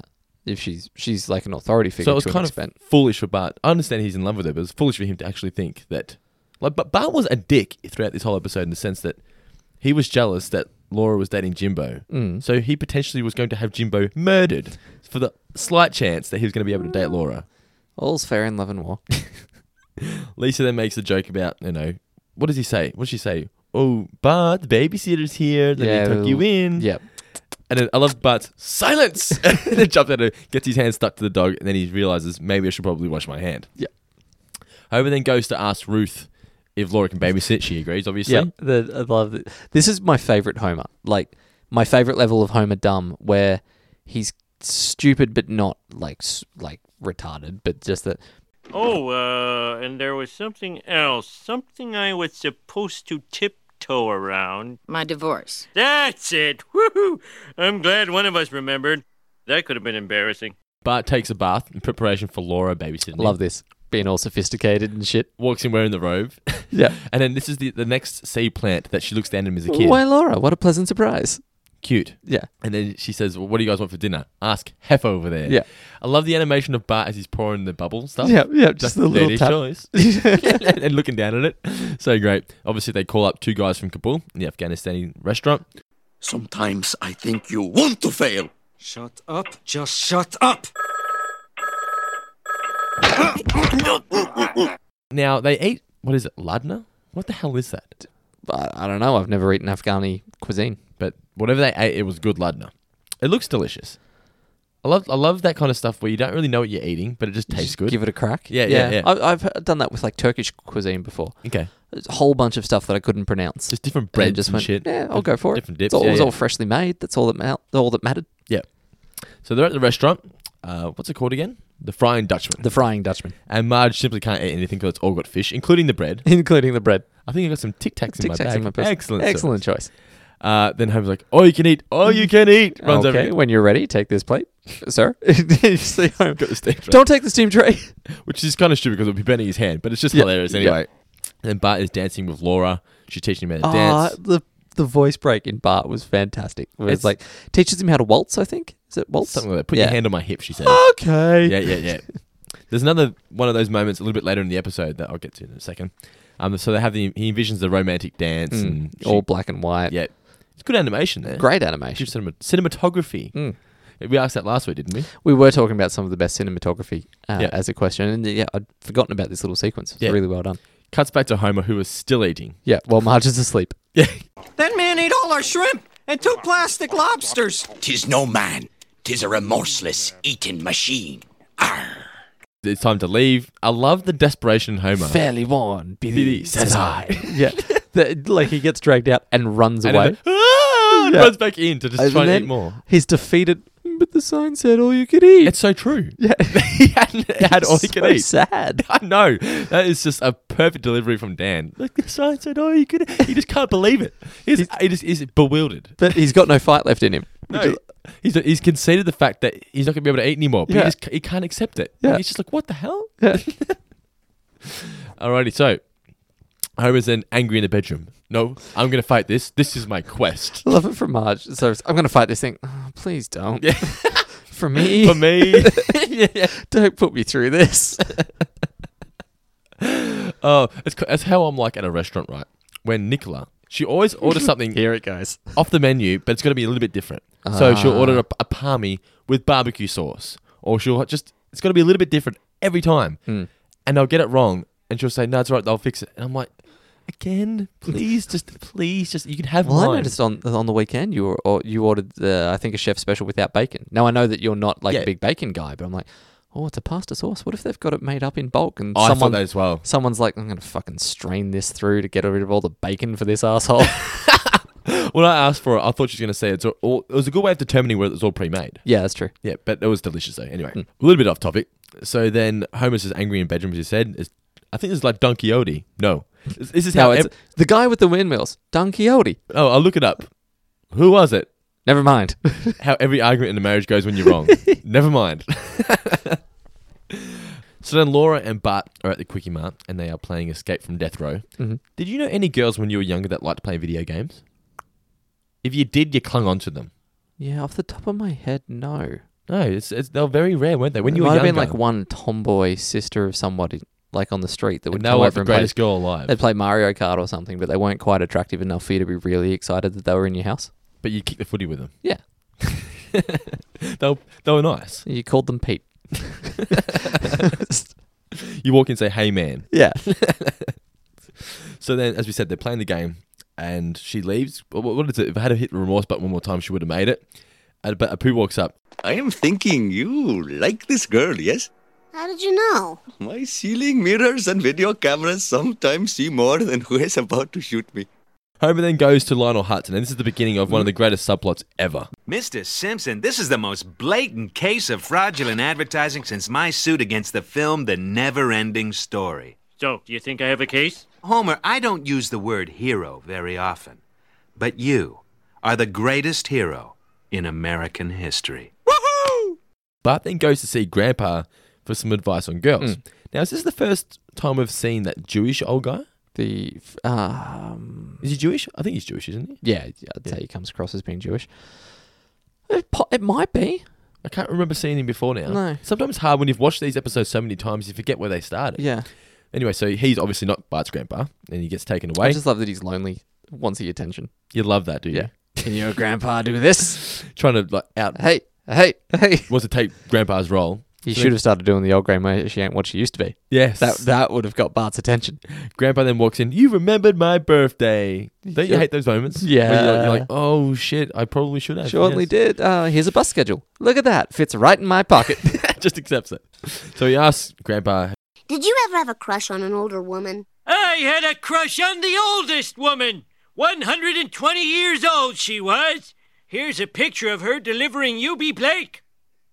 If she's she's like an authority figure
so it was
to an
kind
extent.
of foolish for Bart. I understand he's in love with her, but it was foolish for him to actually think that. Like, but Bart was a dick throughout this whole episode in the sense that he was jealous that Laura was dating Jimbo. Mm. So he potentially was going to have Jimbo murdered for the slight chance that he was going to be able to date Laura.
All's fair in love and war.
Lisa then makes a joke about, you know, what does he say? What does she say? Oh, Bart, the babysitter's here. Let me tuck you in.
[LAUGHS] Yep.
And then I love Bart's silence. [LAUGHS] and then jumps out of gets his hand stuck to the dog, and then he realizes maybe I should probably wash my hand.
Yep.
Homer then goes to ask Ruth if Laura can babysit. She agrees, obviously.
The, I love it. This is my favorite Homer. Like my favorite level of Homer dumb, where he's stupid but not like s- like retarded, but just that.
Oh, uh, and there was something else. Something I was supposed to tiptoe around.
My divorce.
That's it! Woohoo! I'm glad one of us remembered. That could have been embarrassing.
Bart takes a bath in preparation for Laura babysitting.
Love this being all sophisticated and shit.
Walks in wearing the robe.
[LAUGHS] Yeah.
and then this is the, the next sea plant that she looks down at him as a kid.
Why, Laura? What a pleasant surprise.
Cute.
Yeah.
And then she says, well, what do you guys want for dinner? Ask Hef over there.
Yeah.
I love the animation of Bart as he's pouring the bubble stuff.
Yeah. Yeah. Just
That's
the little
dirty
tap. [LAUGHS]
choice. [LAUGHS] and looking down at it. So great. Obviously, they call up two guys from Kabul, the Afghanistani restaurant.
Sometimes I think you want to fail. Shut up. Just shut up.
Now, they eat, what is it, ladna? What the hell is that?
But I don't know. I've never eaten Afghani cuisine.
But whatever they ate, it was good ladna. It looks delicious. I love I love that kind of stuff where you don't really know what you're eating, but it just tastes good.
Give it a crack.
Yeah, yeah, yeah.
I, I've done that with like Turkish cuisine before.
okay.
There's a whole bunch of stuff that I couldn't pronounce.
Just different
And then
breads and,
went,
shit.
Yeah, I'll go for it.
Different dips.
It's all,
yeah,
it was
yeah.
all freshly made. That's all that ma- all that mattered.
Yeah. So they're at the restaurant. Uh, what's it called again? The Frying Dutchman.
The Frying Dutchman,
and Marge simply can't eat anything because it's all got fish, including the bread.
[LAUGHS] including the bread.
I think I got some Tic Tacs in my
Tic Tacs
bag.
in my purse.
Excellent. sir.
excellent choice.
Uh, then Homer's like, "Oh, you can eat. Oh, you can
[LAUGHS]
eat." Runs
okay,
over.
when you're ready, take this
[LAUGHS]
plate, sir. You [LAUGHS] see, I'm-
Got the steam tray.
Don't take the steam tray.
which is kind of stupid because it'll be bending his hand, but it's just
Yeah,
hilarious
yeah.
anyway. And then Bart is dancing with Laura. She's teaching him how to
Ah,
dance.
the the voice break in Bart was fantastic. Where
It's-
it's, like teaches him how to waltz. I think is it waltz?
Something like that. Put your hand on my hip, she says.
Ah. Okay.
yeah,
[LAUGHS]
yeah, yeah. There's another one of those moments a little bit later in the episode that I'll get to in a second. Um, so they have the he envisions the romantic dance and Mm. she-
Hmm. all black and white.
yeah, it's good animation there.
Great
Good
animation.
cinema- cinematography.
Mm.
We asked that last week, didn't we?
We were talking about some of the best cinematography uh,
Yeah.
as a question, and yeah, I'd forgotten about this little sequence. It's
Yeah.
really well done.
Cuts back to Homer, who is still eating.
Yeah, while Marge is asleep.
Yeah,
[LAUGHS] That man ate all our shrimp and two plastic lobsters.
Tis no man. Tis a remorseless eating machine.
it's time to leave. I love the desperation in Homer.
Fairly won, Billy,
Billy
says
says
I. [LAUGHS] yeah, The- like he gets dragged out and runs
And
away.
then, ah, and
Yeah.
runs back in to just
And
try and
then
eat more.
He's defeated, but the sign said all you could eat.
It's so true.
yeah,
[LAUGHS] he hadn't had all he
So
could eat.
Sad.
[LAUGHS] I know. That is just a perfect delivery from Dan. Like the sign said, oh, you could. He just can't believe it. He's, he just is bewildered.
[LAUGHS] But he's got no fight left in him.
No, he's, he's conceded the fact that he's not going to be able to eat anymore, but
Yeah.
he just he can't accept it.
Yeah.
He's just like, what the hell?
Yeah.
[LAUGHS] Alrighty, so Homer's then angry in the bedroom. No, I'm going to fight this. This is my
[LAUGHS]
quest.
I love it from Marge. So it's, I'm going to fight this thing. Oh, please don't.
Yeah.
[LAUGHS] For me. [LAUGHS]
For me.
Don't put me
[LAUGHS]
through this.
Oh, it's, co- it's how I'm like at a restaurant, right? When Nicola, she always orders something
Here it goes.
off the menu, but it's got to be a little bit different. So she'll
Ah.
order a, a palmy with barbecue sauce, or she'll just it's got to be a little bit different every time.
Hmm.
And I'll get it wrong, and she'll say, "No, it's all right. They'll fix it." And I'm like, "Again, please, just please, just you can have
Well, I
mine."
noticed on on the weekend you were, or you ordered the I think a chef special without bacon. Now I know that you're not like
Yeah.
a big bacon guy, but I'm like, oh, it's a pasta sauce. What if they've got it made up in bulk and
Oh, I thought
someone
that as well. [LAUGHS]
someone's like, I'm gonna fucking strain this through to get rid of all the bacon for this
[LAUGHS]
asshole.
When I asked for it, I thought she was going to say it's all, all. It was a good way of determining whether it was all pre-made.
yeah, Hmm. that's true.
Yeah, but it was delicious though. Anyway, a little bit off topic. So then Homer's is angry in bedroom, as you said. It's, I think it's like Don Quixote. No, this this is how.
No, it's
ev-
the guy with the windmills, Don Quixote.
oh, I'll look it up. Who was it?
Never mind. [LAUGHS]
how every argument in a marriage goes when you're [LAUGHS] wrong. Never mind. so then Laura and Bart are at the Quickie Mart and they are playing Escape from Death Row. Did you know any girls when you were younger that liked to play video games? If you did, you clung onto them.
yeah, off the top of my head, no.
No, it's, it's they're very rare, weren't they? When you
might
were
have
younger,
been like one tomboy sister of somebody like on the street that would
and
come
they were like
over
the
and play
greatest girl alive.
They'd play Mario Kart or something, but they weren't quite attractive enough for you to be really excited that they were in your house.
But you kicked the footy with them.
Yeah.
[LAUGHS] They were, they were [LAUGHS] nice.
You called them Pete.
You walk in and say, "Hey, man."
yeah.
So then, as we said, they're playing the game, and she leaves. What, what what is it? If I had to hit the remorse button one more time, she would have made it. And- But Apu walks up.
I am thinking you like this girl, yes?
How did you know?
My ceiling mirrors and video cameras sometimes see more than who is about to shoot me.
Homer then goes to Lionel Hutton, and this is the beginning of one of the greatest subplots ever.
Mr. Simpson, this is the most blatant case of fraudulent advertising since my suit against the film The Never Ending Story.
So, do you think I have a case?
Homer, I don't use the word hero very often, but you are the greatest hero in American history.
Bart then goes to see Grandpa for some advice on girls. Now, is this the first time we've seen that Jewish old guy?
The f- um
Is he Jewish? I think he's Jewish, isn't he?
yeah, I'd say he comes across as being Jewish. It, po- it might be.
I can't remember seeing him before now.
No.
Sometimes it's hard when you've watched these episodes so many times, you forget where they started.
Yeah.
Anyway, so he's obviously not Bart's grandpa, and he gets taken away.
I just love that he's lonely, wants the attention.
you love that, do you?
Can your grandpa do this?
Trying to like out
hey, hey, hey. [LAUGHS]
wants to take Grandpa's role.
You
So
should have started doing the old grandma. She ain't what she used to be.
Yes.
That that would have got Bart's [LAUGHS] attention.
Grandpa then walks in. You remembered my birthday. Don't you
Yeah.
hate those moments? where you're like- you're,
Yeah.
like, oh shit, I probably should have.
Shortly
yes."
did. Uh, here's a bus schedule. Look at that. Fits right in my pocket. [LAUGHS]
[LAUGHS] Just accepts it. So he asks Grandpa,
Did you ever have a crush on an older woman?
I had a crush on the oldest woman. 120 years old she was. Here's a picture of her delivering UB Blake.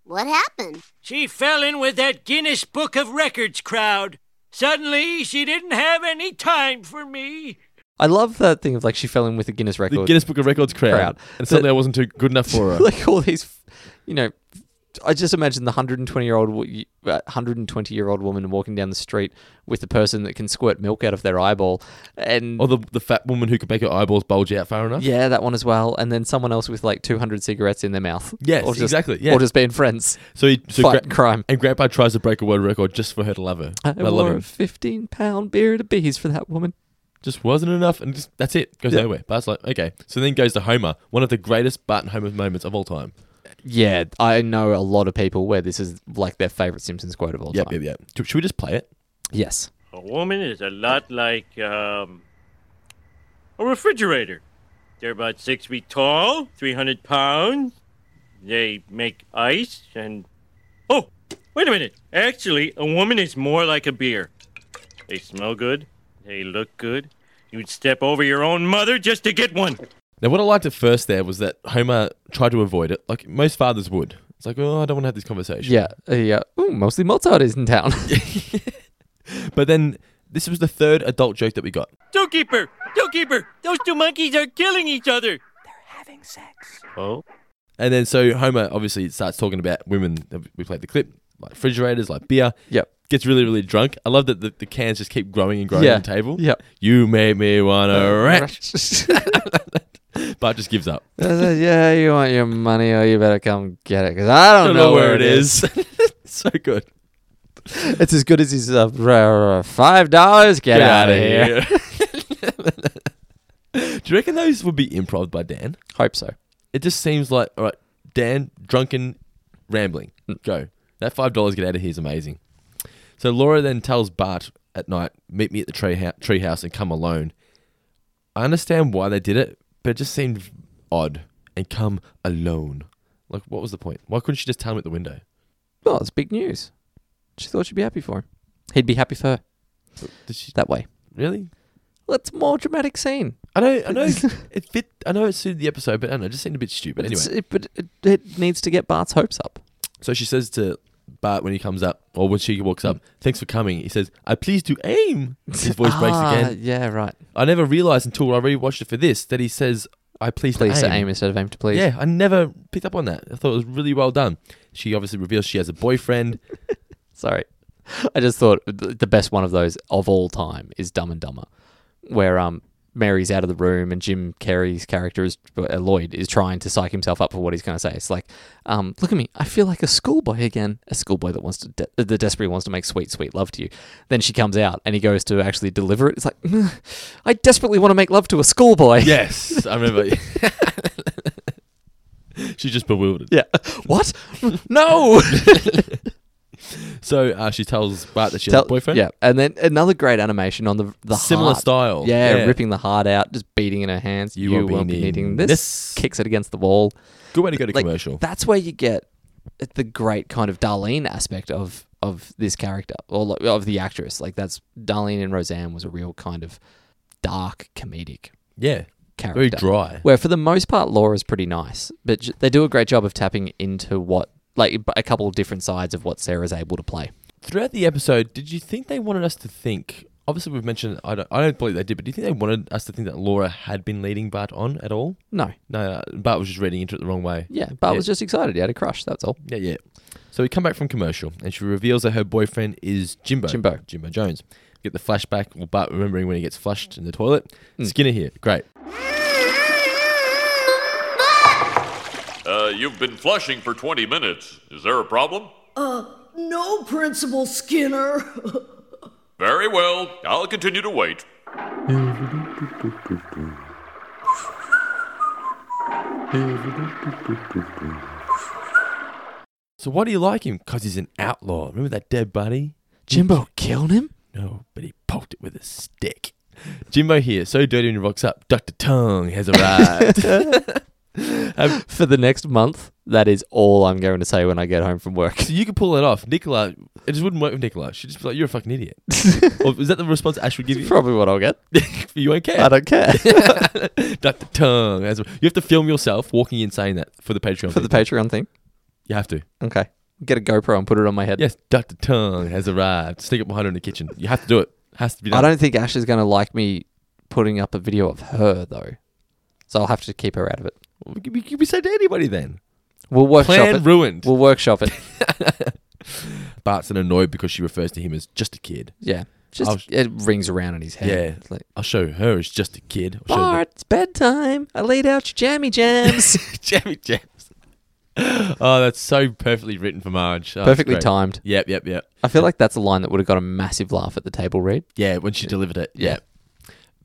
What happened?
She fell in with that Guinness Book of Records crowd. Suddenly, she didn't have any time for me.
I love that thing of like she fell in with the Guinness record.
the
[LAUGHS]
Guinness Book of Records crowd,
Crowd.
and suddenly
That-
I wasn't too good enough for her. [LAUGHS]
like all these, you know, I just imagine the 120 year old, uh, 120 year old woman walking down the street with the person that can squirt milk out of their eyeball, and
or the, the fat woman who could make her eyeballs bulge out far enough.
yeah, that one as well, and then someone else with like 200 cigarettes in their mouth.
Yes,
Or just-
exactly, yeah.
Or just being friends.
So he so
Fight crime.
and Grandpa tries to break a world record just for her to love her.
I
I love
wore
him.
a 15 pound beer to bees for that woman.
Just wasn't enough, and just, that's it. Goes nowhere. Bart's like, okay. So then goes to Homer, one of the greatest Bart and Homer moments of all time.
Yeah, I know a lot of people where this is like their favorite Simpsons quote of all
Yep,
time.
yep, yep. Do- Should we just play it?
Yes.
A woman is a lot like, um, a refrigerator. They're about six feet tall, 300 pounds. They make ice and. Oh, wait a minute. Actually, a woman is more like a beer. They smell good, they look good. You'd step over your own mother just to get one.
Now, what I liked at first there was that Homer tried to avoid it, like most fathers would. It's like, oh, I don't want to have this conversation.
Yeah. uh, yeah. Ooh, mostly Mozart is in [LAUGHS] town.
But then this was the third adult joke that we got.
Zookeeper! Zookeeper! Those two monkeys are killing each other! They're having sex. Oh?
And then so Homer obviously starts talking about women. We played the clip, like refrigerators, like beer.
Yep.
Gets really, really drunk. I love that the, the cans just keep growing and growing
Yeah. Uh,
on the table.
[LAUGHS] Yep.
You made me want to retch. Bart just gives up.
Uh, yeah, you want your money, or you better come get it, because I don't, know, where, it is.
[LAUGHS]
[LAUGHS]
so good.
it's as good as his uh, r- r- five dollars. Get, out of here.
[LAUGHS] Do you reckon those would be improv by Dan?
Hope so.
It just seems like, all right, Dan, drunken, rambling.
Mm.
Go. That $5 get out of here is amazing. So Laura then tells Bart at night, meet me at the tree, hou- tree house and come alone. I understand why they did it, but it just seemed odd. And come alone. Like, what was the point? Why couldn't she just tell him at the window?
Well, it's big news. She thought she'd be happy for him. He'd be happy for her
Did she
that way.
really?
Well, it's a more dramatic scene.
I know, I
[LAUGHS]
know, it fit. I know it suited the episode, but I don't know, it just seemed a bit stupid.
But
anyway,
it's, it, but it, it needs to get Bart's hopes up.
So she says to Bart when he comes up, or when she walks up, "Thanks for coming." He says, "I please do aim." His voice breaks
Ah,
again.
Yeah, right.
I never realized until I rewatched it for this that he says, "I please,
Please
to
to
aim."
aim instead of aim to please.
Yeah, I never picked up on that. I thought it was really well done. She obviously reveals she has a boyfriend.
Sorry. I just thought th- the best one of those of all time is Dumb and Dumber, where um Mary's out of the room and Jim Carrey's character is uh, Lloyd is trying to psych himself up for what he's going to say. It's like, um, look at me, I feel like a schoolboy again, a schoolboy that wants to de- that desperately wants to make sweet sweet love to you. Then she comes out and he goes to actually deliver it. It's like, "Mm, I desperately want to make love to a schoolboy.
yes, [LAUGHS] I remember. She's just bewildered.
[LAUGHS] Yeah. What? [LAUGHS] no.
So uh, she tells Bart that she
Tell-
has a boyfriend.
Yeah, and then another great animation on the the
Similar
heart.
style.
Yeah,
Yeah.
ripping the heart out, just beating in her hands. You, won't, be needing this. Kicks it against the wall.
Good way to go to
Like,
commercial.
That's where you get the great kind of Darlene aspect of of this character or like, of the actress. Like that's Darlene and Roseanne was a real kind of dark comedic
yeah,
character.
very dry.
Where for the most part, Laura's pretty nice, but j- they do a great job of tapping into what like a couple of different sides of what Sarah's able to play.
Throughout the episode, did you think they wanted us to think? Obviously, we've mentioned I don't, I don't believe they did, but do you think they wanted us to think that Laura had been leading Bart on at all?
No,
No, uh, Bart was just reading into it the wrong way.
Yeah, but
Yeah.
I was just excited. He had a crush. That's all.
Yeah, yeah. So we come back from commercial, and she reveals that her boyfriend is Jimbo.
Jimbo.
Jimbo Jones. We get the flashback. Well, Bart remembering when he gets flushed in the toilet.
Hmm.
Skinner here. Great.
Uh, you've been flushing for 20 minutes. Is there a problem?
No, Principal Skinner.
Very well. I'll continue to wait.
So why do you like him? Because he's an outlaw. Remember that dead buddy?
Jimbo killed him?
No, but he poked it with a stick. Jimbo here, so dirty when he rocks up. Dr. Tongue has
[LAUGHS]
arrived. Um,
For the next month, that is all I'm going to say when I get home from work. [LAUGHS]
so you could pull it off. Nicola, it just wouldn't work with Nicola. She'd just be like, you're a fucking
[LAUGHS]
idiot. or is that the response Ash would give you?
Probably what I'll get.
you won't care.
I don't care.
Dr. Tongue. has- You have to film yourself walking in saying that for the Patreon.
[LAUGHS] For the
people.
Patreon thing.
You have to.
Okay. Get a GoPro and put it on my head.
Yes, Dr. Tongue has arrived. Stick it behind her in the kitchen. You have to do it. Has to be
I
done.
don't think Ash is going to like me putting up a video of her, though. So I'll have to keep her out of it.
We could be- could be said to anybody
[LAUGHS]
then.
We'll workshop
Plan
it.
ruined. [LAUGHS]
We'll workshop it.
Bart's and annoyed because she refers to him as just a kid.
Yeah. Just
I'll-
it rings around in his head.
Yeah.
It's like,
I'll show her as just a kid. I'll show her-
Bart, it's bedtime. I laid out your
[LAUGHS]
jammy jams.
Jamie James. [LAUGHS] Oh, that's so perfectly written for Marge. Oh, it's
Perfectly
great.
timed.
Yep, yep, yep.
I feel like that's a line that would have got a massive laugh at the table read.
Yeah, when she delivered it.
Yeah. Mm.
Yep.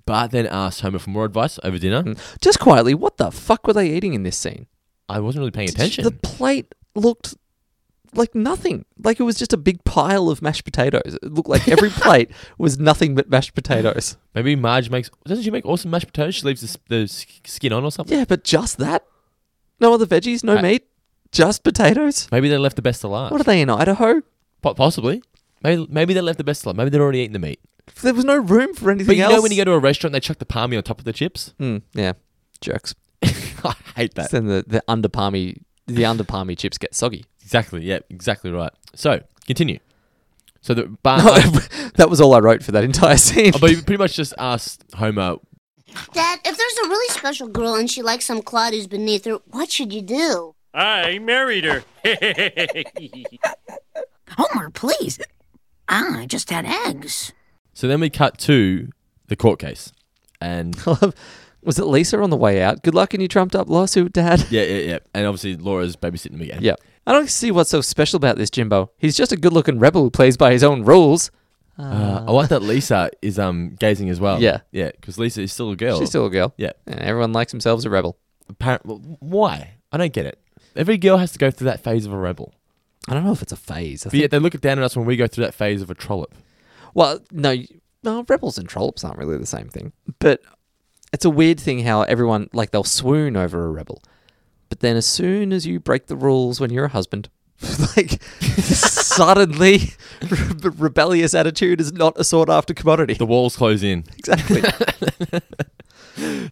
Bart then asked Homer for more advice over dinner.
Just quietly, what the fuck were they eating in this scene?
I wasn't really paying
The
attention.
plate looked like nothing. Like it was just a big pile of mashed potatoes. It looked like [LAUGHS] every plate was nothing but mashed potatoes.
Maybe Marge makes. Doesn't she make awesome mashed potatoes? She leaves the, s- the s- skin on or something.
Yeah, but just that? No other veggies, no
I-
meat, just potatoes?
Maybe they left the best to last.
What are they in Idaho?
Po- possibly. Maybe, maybe they left the best to last. Maybe they're already eating the meat.
There was no room for anything
But you
else.
know when you go to a restaurant, they chuck the palmy on top of the chips.
Mm, yeah, jerks.
[LAUGHS] I hate that.
Then the the underpalmy [LAUGHS] the underpalmy chips get soggy.
Exactly. Yeah. Exactly right. So continue. So
[LAUGHS]
the Bart,
that was all I wrote for that entire scene. [LAUGHS]
Oh, but you pretty much just asked Homer.
Dad, if there's a really special girl and she likes some clod who's beneath her, what should you do?
I married her. [LAUGHS]
Homer, please. Ah, I just had eggs.
So then we cut to the court case, and
was it Lisa on the way out? Good luck in your trumped up lawsuit, Dad.
yeah, yeah, yeah, and obviously Laura's babysitting him again.
Yeah. I don't see what's so special about this Jimbo. He's just a good looking rebel who plays by his own rules.
Uh, I like that Lisa is um gazing as well.
Ah. Yeah.
yeah, because Lisa is still a girl.
She's still a girl.
Yeah.
And everyone likes themselves a rebel.
Appar- well, why? I don't get it. Every girl has to go through that phase of a rebel.
I don't know if it's a phase. I
But
think,
yet they look down at us when we go through that phase of a trollop.
Well, no, you- no, rebels and trollops aren't really the same thing. But it's a weird thing how everyone, like, they'll swoon over a rebel. But then as soon as you break the rules when you're a husband, [LAUGHS] like, suddenly [LAUGHS] re- rebellious attitude is not a sought after commodity.
The walls close in.
[LAUGHS] Exactly.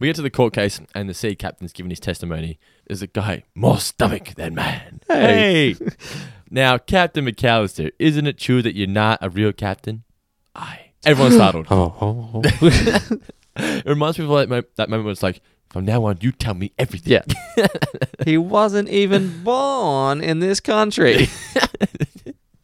We get to the court case, and the sea captain's giving his testimony. There's a guy more stomach than man.
Hey.
now, Captain McAllister, isn't it true that you're not a real captain? Aye.
[LAUGHS]
Everyone's startled.
oh, oh, oh.
It reminds me of like, mo- that moment where it's like, from now on, you tell me everything.
Yeah. [LAUGHS] he wasn't even born in this country.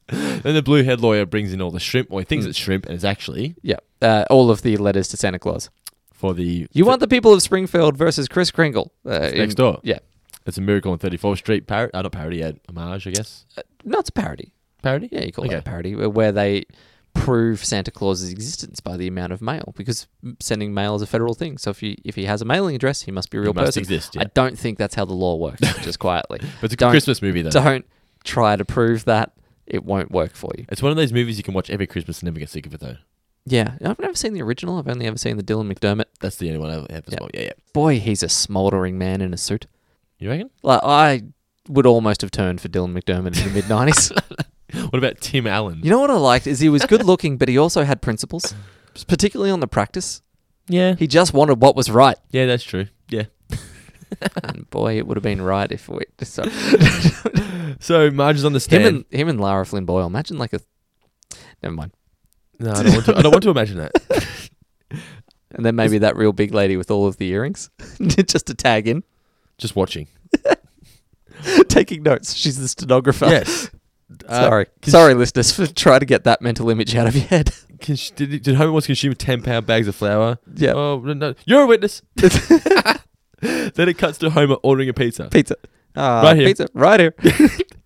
Then the blue head lawyer brings in all the shrimp, or he
Mm.
thinks it's shrimp, and it's actually
[LAUGHS] yeah. Uh, all of the letters to Santa Claus.
for the.
You want the people of Springfield versus Chris Kringle. Uh,
next door.
Yeah.
It's a miracle on 34th Street parody. I not parody, yeah, homage, I guess.
No, it's a parody.
Parody?
Yeah, you call
Okay.
it a parody uh, where- where they prove Santa Claus's existence by the amount of mail because sending mail is a federal thing. So if you if he has a mailing address, he must be a real
must
person.
exist, yeah.
I don't think that's how the
[LAUGHS]
law works, just quietly.
But it's a
Don't-
Christmas movie, though.
Don't try to prove that. It won't work for you.
It's one of those movies you can watch every Christmas and never get sick of it, though.
Yeah. I've never seen the original. I've only ever seen the Dylan McDermott
That's the only one I have as
Yeah.
well. Yeah, yeah.
boy, he's a smouldering man in a suit.
You reckon?
Like I would almost have turned for Dylan McDermott in the mid
[LAUGHS]
nineties.
What about Tim Allen?
you know what I liked is he was good looking, but he also had principles, particularly on the practice.
yeah.
He just wanted what
[LAUGHS]
was right,
yeah, that's true. Yeah.
and boy, it would have been right if we. So,
So Marge is on the
him
stand.
and him and Lara Flynn Boyle. Imagine like a. Never mind.
no, I don't, want to, I don't want to imagine
[LAUGHS]
that.
And then maybe that real big lady with all of the earrings, [LAUGHS] just to tag in, [LAUGHS]
Just watching.
taking notes. She's the stenographer.
Yes. Uh,
Sorry,
can
sorry, listeners, [LAUGHS] for trying to get that mental image out of your head. [LAUGHS]
she- can she- did, did Homer once consume 10 pound bags of flour?
Yeah.
Oh, no, no. You're a [LAUGHS] witness. then it cuts to Homer ordering a pizza.
pizza. Uh,
Right here.
Pizza, right here.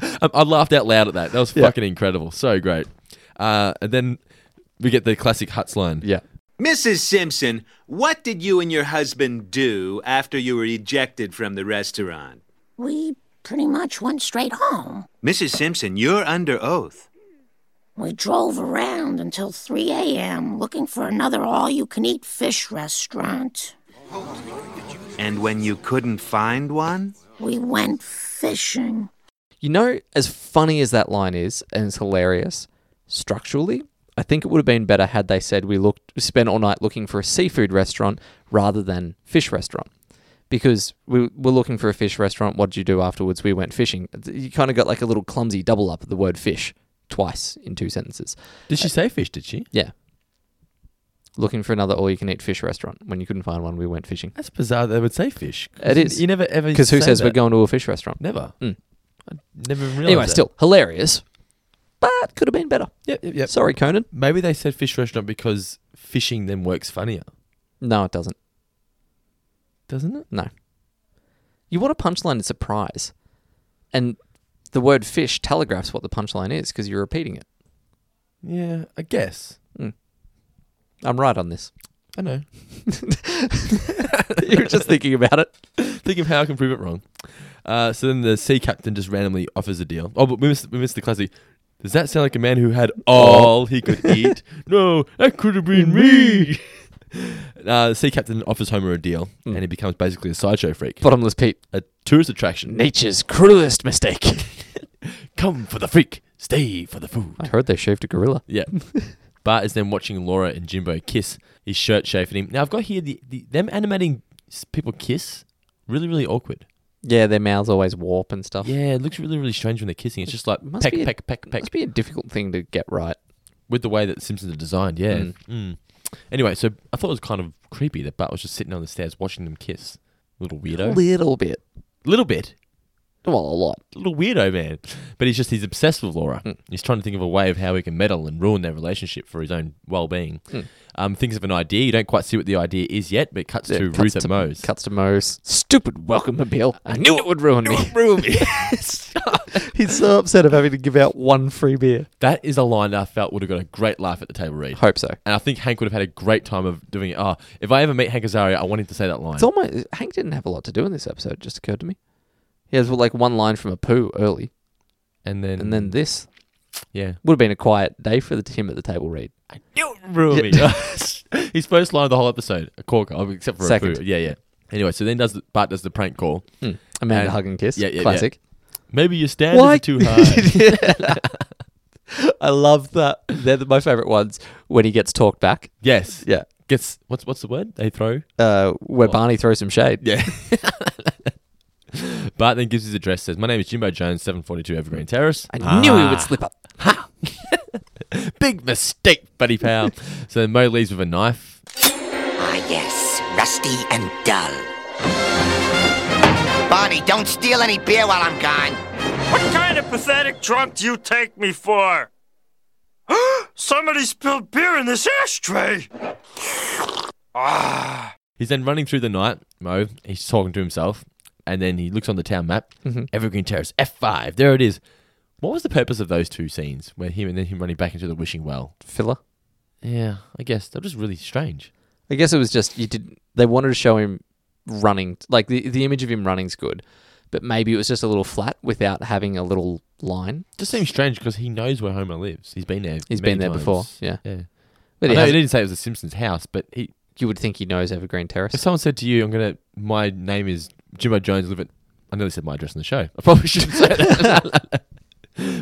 I, I laughed out loud at that. That was
Yeah.
fucking incredible. So great. Uh, and then we get the classic Huts line.
yeah.
Mrs. Simpson, what did you and your husband do after you were ejected from the restaurant?
We
Pretty much went straight home.
Mrs. Simpson, you're under oath.
We drove around until 3 a.m. looking for another all you can eat fish restaurant.
And when you couldn't find one?
We went fishing.
You know, as funny as that line is, and it's hilarious, structurally, I think it would have been better had they said we looked spent all night looking for a seafood restaurant rather than fish restaurant. Because we were looking for a fish restaurant, what did you do afterwards? We went fishing. You kind of got like a little clumsy double up of the word fish twice in two sentences.
Did she say fish? Did she?
Yeah. Looking for another all you can eat fish restaurant. When you couldn't find one, we went fishing.
That's bizarre. They would say fish. 'Cause
It is.
You never ever.
Because who
say
says we're
that.
going to a fish restaurant?
Never.
Mm.
I never even realized.
Anyway,
that.
still hilarious, but could have been better.
Yep, yep, yep.
Sorry, Conan.
Maybe they said fish restaurant because fishing then works funnier,
No, it doesn't.
doesn't it?
No. You want a punchline and surprise. And the word fish telegraphs what the punchline is because you're repeating it.
Yeah, I guess.
I'm right on [LAUGHS] this.
I know.
you're just thinking about it.
Think of how I can prove it wrong. Uh, so then the sea captain just randomly offers a deal. Oh, but we missed, we missed the classic. Does that sound like a man who had all he [LAUGHS] could eat? no, that could have been [LAUGHS] me. Uh, the sea captain offers Homer a deal, and he becomes basically a sideshow freak,
Bottomless Pete.
a tourist attraction.
Nature's cruelest mistake.
Come for the freak, stay for the food.
I heard they shaved a gorilla.
[LAUGHS] Yeah. Bart is then watching Laura and Jimbo kiss, his shirt chafing him. Now, I've got here the, the them animating s- people kiss, really, really awkward.
Yeah, their mouths always warp and stuff.
Yeah, it looks really, really strange when they're kissing. It's just like
Must
peck,
be a-
peck, peck, peck.
Must be a difficult thing to get right.
With the way that Simpsons are designed, yeah.
Mm.
Mm. Anyway, so I thought it was kind of creepy that Bart was just sitting on the stairs watching them kiss. Little
A
weirdo.
little bit.
little bit.
Well, a lot.
Little weirdo man. But he's just, he's obsessed with Laura.
Hmm.
He's trying to think of a way of how he can meddle and ruin their relationship for his own well being.
Hmm.
Um, thinks of an idea. You don't quite see what the idea is yet, but it cuts
Yeah,
to
cuts
Ruth
to-
and Mose.
[LAUGHS] Cuts to Moe's. Stupid welcome appeal. I knew it would ruin me. [LAUGHS]
Ruin me.
He's so upset of having to give out one free beer.
[LAUGHS] That is a line that I felt would have got a great laugh at the table read.
Hope so.
And I think Hank would have had a great time of doing it. Oh, if I ever meet Hank Azaria, I want him to say that line.
It's almost Hank didn't have a lot to do in this episode. It just occurred to me. He has well, like one line from a poo early,
and then,
and then this
yeah,
would have been a quiet day for the him at the table read.
ruin [LAUGHS] me. His first line of the whole episode, a corker, oh, except for
Second.
a poo. Yeah, yeah. Anyway, so then does the, Bart does the prank call.
Amanda
And-
hug and kiss.
yeah, yeah, yeah.
classic.
Maybe your standards
Why-
are too
[LAUGHS]
high. [LAUGHS]
I love that. They're the, my favorite ones when he gets talked back.
yes.
Yeah,
Gets what's what's the word they throw?
uh, where Barney throws some shade.
Yeah. Bart then gives his address. Says, "My name is Jimbo Jones, seven forty two Evergreen Terrace."
I knew he
Ah.
would slip up.
Big mistake, buddy pal. so then Mo leaves with a knife.
Ah, yes, rusty and dull. Barney, don't steal any beer while I'm gone.
What kind of pathetic drunk do you take me for? [GASPS] Somebody spilled beer in this ashtray. [SIGHS] Ah.
He's then running through the night, Mo. He's talking to himself. And then he looks on the town map. Evergreen Terrace, F5. There it is. What was the purpose of those two scenes? Where him and then him running back into the wishing well?
Filler.
Yeah, I guess. They're just really strange.
I guess it was just you did. They wanted to show him running, like the the image of him running's good, but maybe it was just a little flat without having a little line.
Just seems strange because he knows where Homer lives. He's been there.
He's
many
been there
times.
before, yeah.
Yeah.
But
I know he
he hasn't-
didn't say it was the Simpsons house, but he,
you would think he knows Evergreen Terrace.
if someone said to you, I'm going to, my name is Jimbo Jones, live at, I nearly said my address on the show. I probably shouldn't say that.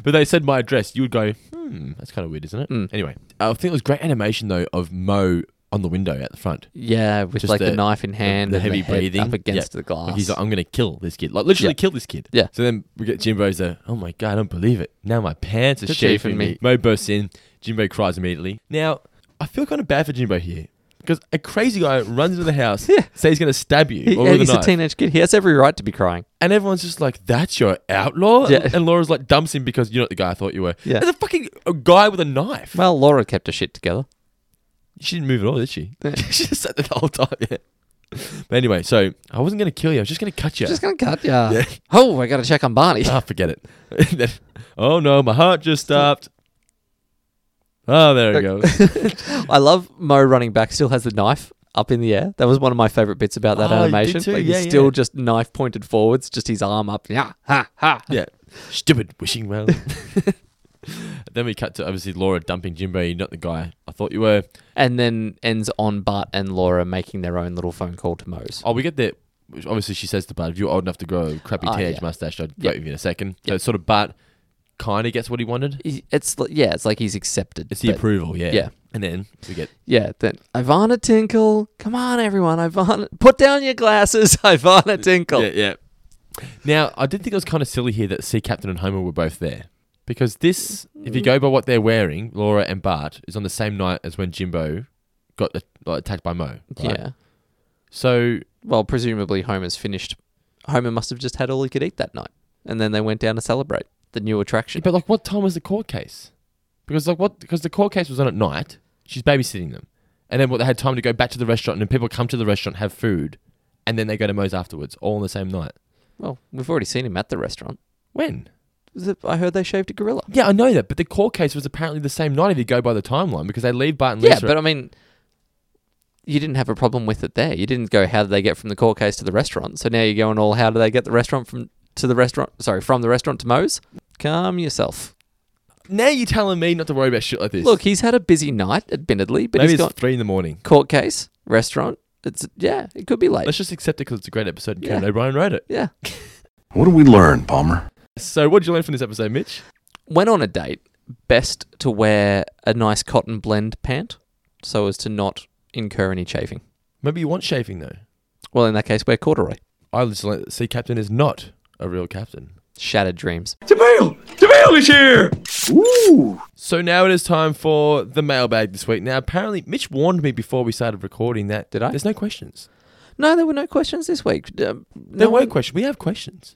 but they said my address, you would go, hmm, that's kind of weird, isn't it? Anyway, I think it was great animation, though, of Mo on the window at the front.
Yeah, with like the, knife in hand,
the,
and
heavy
head
breathing
up against
Yeah.
the glass.
Like he's like, I'm going to kill this kid. Like, literally
Yeah.
kill this kid.
Yeah.
So then we get Jimbo's there, oh my God, I don't believe it. Now my pants are
They're chafing
chafing
me.
me. Mo bursts in. Jimbo cries immediately. Now, I feel kind of bad for Jimbo here. Because a crazy guy runs into the house,
Yeah.
say he's going to stab you,
He-
or
yeah,
with
he's
a
a
knife,
teenage kid. He has every right to be crying.
and everyone's just like, "That's your outlaw,"
Yeah.
and Laura's like dumps him because you're not the guy I thought you were.
Yeah.
There's a fucking a guy with a knife.
Well, Laura kept her shit together.
She didn't move at all, did she? [LAUGHS] she just sat there the whole time. Yeah. But anyway, so I wasn't going to kill you. I was just going to cut you.
Just gonna cut ya. Oh, I gotta check on Barney.
[LAUGHS]
[LAUGHS]
Ah, forget it. And then- oh no, my heart just stopped. Oh, there it goes.
[LAUGHS] I love Mo running back. Still has the knife up in the air. That was one of my favorite bits about that
Oh, you did
animation.
too?
Like
Yeah,
he's still
yeah.
just knife pointed forwards, just his arm up. Yeah, ha, ha.
Yeah. Stupid wishing well. [LAUGHS] then we cut to obviously Laura dumping Jimbo. You're not the guy I thought you were.
And then ends on Bart and Laura making their own little phone call to Mose.
Oh, we get that. Obviously, she says to Bart, "If you're old enough to grow a crappy
Ah,
teenage
yeah.
mustache, I'd
Yep.
vote with you in a second. So it's sort of Bart kind of gets what he wanted.
It's li- yeah, it's like he's accepted.
It's the
but-
approval, yeah.
Yeah.
And then we get
Yeah, then Ivana Tinkle, come on everyone, Ivana, put down your glasses, [LAUGHS] Ivana Tinkle.
Yeah, yeah. Now, I did think it was kind of silly here that Sea Captain and Homer were both there. Because this, if you go by what they're wearing, Laura and Bart, is on the same night as when Jimbo got a- like, attacked by Mo. right?
Yeah.
So,
Well, presumably Homer's finished. Homer must have just had all he could eat that night, and then they went down to celebrate the new attraction.
but like, what time was the court case? Because like what? Because the court case was on at night. She's babysitting them, and then what? They had time to go back to the restaurant, and then people come to the restaurant, have food, and then they go to Mo's afterwards, all on the same night.
Well, we've already seen him at the restaurant.
When?
Was it- I heard they shaved a gorilla.
Yeah, I know that, but the court case was apparently the same night if you go by the timeline, because they leave Bart and
Yeah,
Lisa.
but I mean, you didn't have a problem with it there. You didn't go, how did they get from the court case to the restaurant? So now you're going all, how do they get the restaurant from to the restaurant? Sorry, from the restaurant to Moe's. Calm yourself.
now you're telling me not to worry about shit like this.
Look, he's had a busy night, admittedly, but
maybe
he's
it's
got
three in the morning.
court case, restaurant. It's yeah, it could be late.
Let's just accept it because it's a great episode. And Kevin
Yeah.
O'Brien wrote it.
yeah. [LAUGHS]
What do we learn, Palmer?
So, what did you learn from this episode, Mitch?
when on a date, best to wear a nice cotton blend pant so as to not incur any chafing.
Maybe you want shaving though.
Well, in that case, wear corduroy.
I just learned that sea captain is not a real captain.
Shattered dreams.
Jamil is here. Ooh. So now it is time for the mailbag this week. Now, apparently, Mitch warned me before we started recording that did I? There's no questions.
No, there were no questions this week. Um, no
There were
one-
questions. We have questions.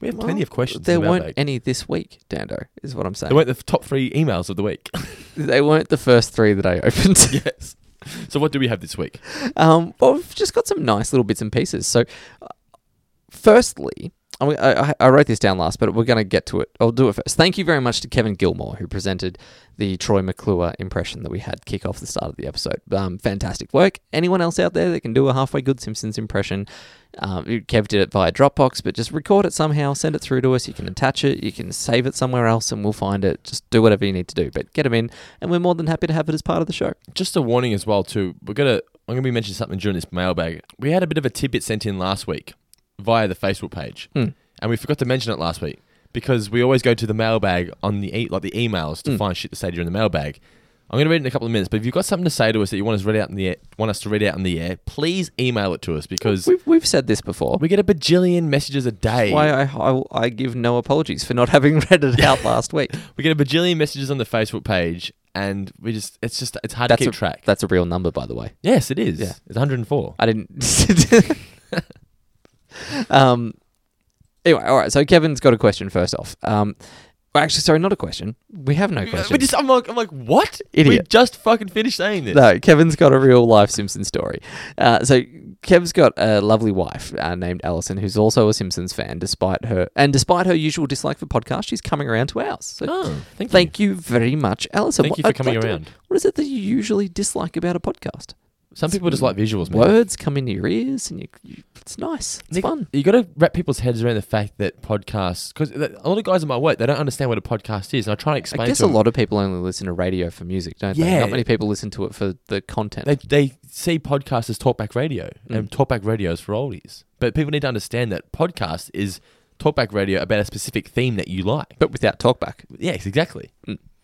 We have plenty
Well,
of questions.
There
in the
weren't
mailbag.
any this week, Dando, is what I'm saying.
They weren't the top three emails of the week. [LAUGHS]
They weren't the first three that I [LAUGHS] opened.
yes. So what do we have this week?
Um, well, we've just got some nice little bits and pieces. So, uh, firstly, I, I, I wrote this down last, but we're going to get to it. I'll do it first. Thank you very much to Kevin Gilmore, who presented the Troy McClure impression that we had kick off the start of the episode. Um, fantastic work. Anyone else out there that can do a halfway good Simpsons impression? Um, Kev did it via Dropbox, but just record it somehow, send it through to us. You can attach it, you can save it somewhere else, and we'll find it. Just do whatever you need to do, but get them in, and we're more than happy to have it as part of the show.
Just a warning as well, too. We're gonna I'm gonna be mentioning something during this mailbag. We had a bit of a tidbit sent in last week via the Facebook page,
Hmm.
and we forgot to mention it last week because we always go to the mailbag on the e- like the emails to
Hmm.
find shit to say during the mailbag. I'm gonna read it in a couple of minutes, but if you've got something to say to us that you want us read out in the air, want us to read out in the air, please email it to us because
We've, we've said this before.
we get a bajillion messages a day.
why uh, I, I, I give no apologies for not [LAUGHS] having read it out last week.
We get a bajillion messages on the Facebook page, and we just it's just it's hard
That's
to keep
a,
track.
That's a real number, by the way.
Yes, it is.
Yeah.
It's 104.
I didn't. [LAUGHS] um. Anyway, all right. So Kevin's got a question first off. Um. well, Actually, sorry, not a question. We have no
[LAUGHS]
question.
We just, I'm like, I'm like, what? We
Idiot.
just fucking finished saying this.
No, Kevin's got a real life Simpson story. Uh, so Kev's got a lovely wife uh, named Allison, who's also a Simpsons fan. Despite her and despite her usual dislike for podcasts, she's coming around to ours. So
Oh, thank you.
you. very much, Allison.
Thank
What-
you for
I'd
coming
like to-
around.
what is it that you usually dislike about a podcast?
Some people just like visuals, man.
Words come into your ears, and you, you, it's nice. It's
Nick,
fun.
You got to wrap people's heads around the fact that podcasts, because a lot of guys in my work, they don't understand what a podcast is. And I try and explain
I guess
to
a
them.
lot of people only listen to radio for music, don't they?
Yeah.
Not many people listen to it for the content.
They, they see podcasts as talkback radio,
Mm.
and talkback radio is for oldies. But people need to understand that podcast is talkback radio about a specific theme that you like.
but without talkback,
Yes, exactly.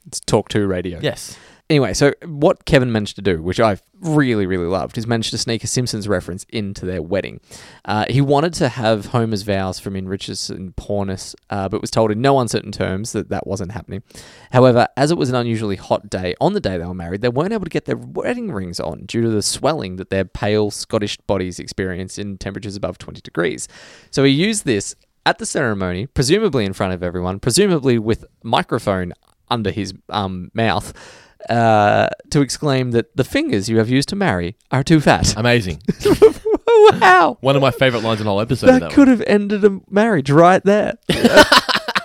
it's talk to radio.
Yes.
Anyway, so what Kevin managed to do, which I really, really loved, is managed to sneak a Simpsons reference into their wedding. Uh, he wanted to have Homer's vows from Enrichus and Pornus, uh, but was told in no uncertain terms that that wasn't happening. However, as it was an unusually hot day on the day they were married, they weren't able to get their wedding rings on due to the swelling that their pale Scottish bodies experience in temperatures above 20 degrees. So he used this at the ceremony, presumably in front of everyone, presumably with microphone under his um, mouth, uh, to exclaim that the fingers you have used to marry are too
[LAUGHS]
fat. Oh,
Amazing.
wow,
One of my favorite lines in the whole episode.
that,
That,
could have ended a marriage right there,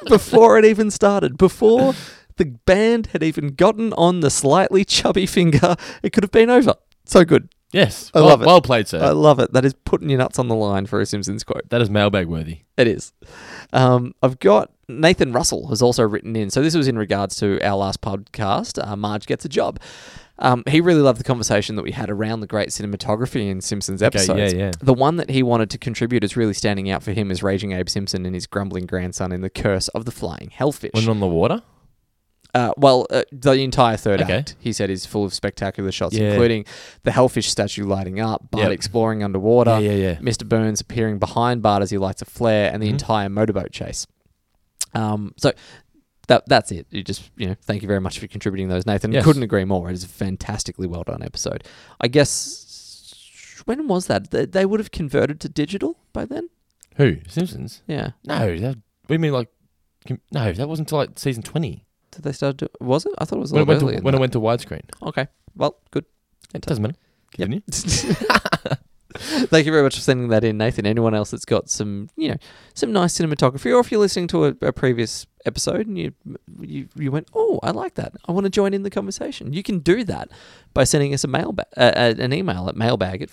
before it even started, before the band had even gotten on the slightly chubby finger. It could have been over. So good.
Yes.
I
Well-
love it.
well played, sir.
I love it. That is putting your nuts on the line for a Simpsons quote.
That is mailbag worthy.
It is. Um, I've got Nathan Russell has also written in. So this was in regards to our last podcast, uh, Marge Gets a Job. Um, he really loved the conversation that we had around the great cinematography in Simpsons
Okay,
episodes.
yeah, yeah.
The one that he wanted to contribute is really standing out for him is Raging Abe Simpson and his grumbling grandson in The Curse of the Flying Hellfish.
When on the water?
Uh, well, uh, the entire third
Okay.
act, he said, is full of spectacular shots,
Yeah.
including the Hellfish statue lighting up, Bart
Yep.
exploring underwater,
Yeah, yeah, Mm-hmm. yeah.
Mr. Burns appearing behind Bart as he lights a flare, and the entire motorboat chase. Um, so that that's it. You just you know, thank you very much for contributing those, Nathan.
Yes.
Couldn't agree more. It is a fantastically well done episode. I guess when was that? They, they would have converted to digital by then.
Who? Simpsons?
Yeah.
No, that, we mean like. com- No, that wasn't until like season 20.
Did they start? To, was it? I thought it was a
When it
little
went to-
earlier than
when it
that.
went to widescreen.
Okay. Well, good.
It doesn't matter. Continue.
[LAUGHS] Thank you very much for sending that in, Nathan. Anyone else that's got some, you know, some nice cinematography, or if you're listening to a, a previous episode and you, you you went, oh, I like that. I want to join in the conversation. You can do that by sending us a mail ba- uh, uh, an email at mailbag at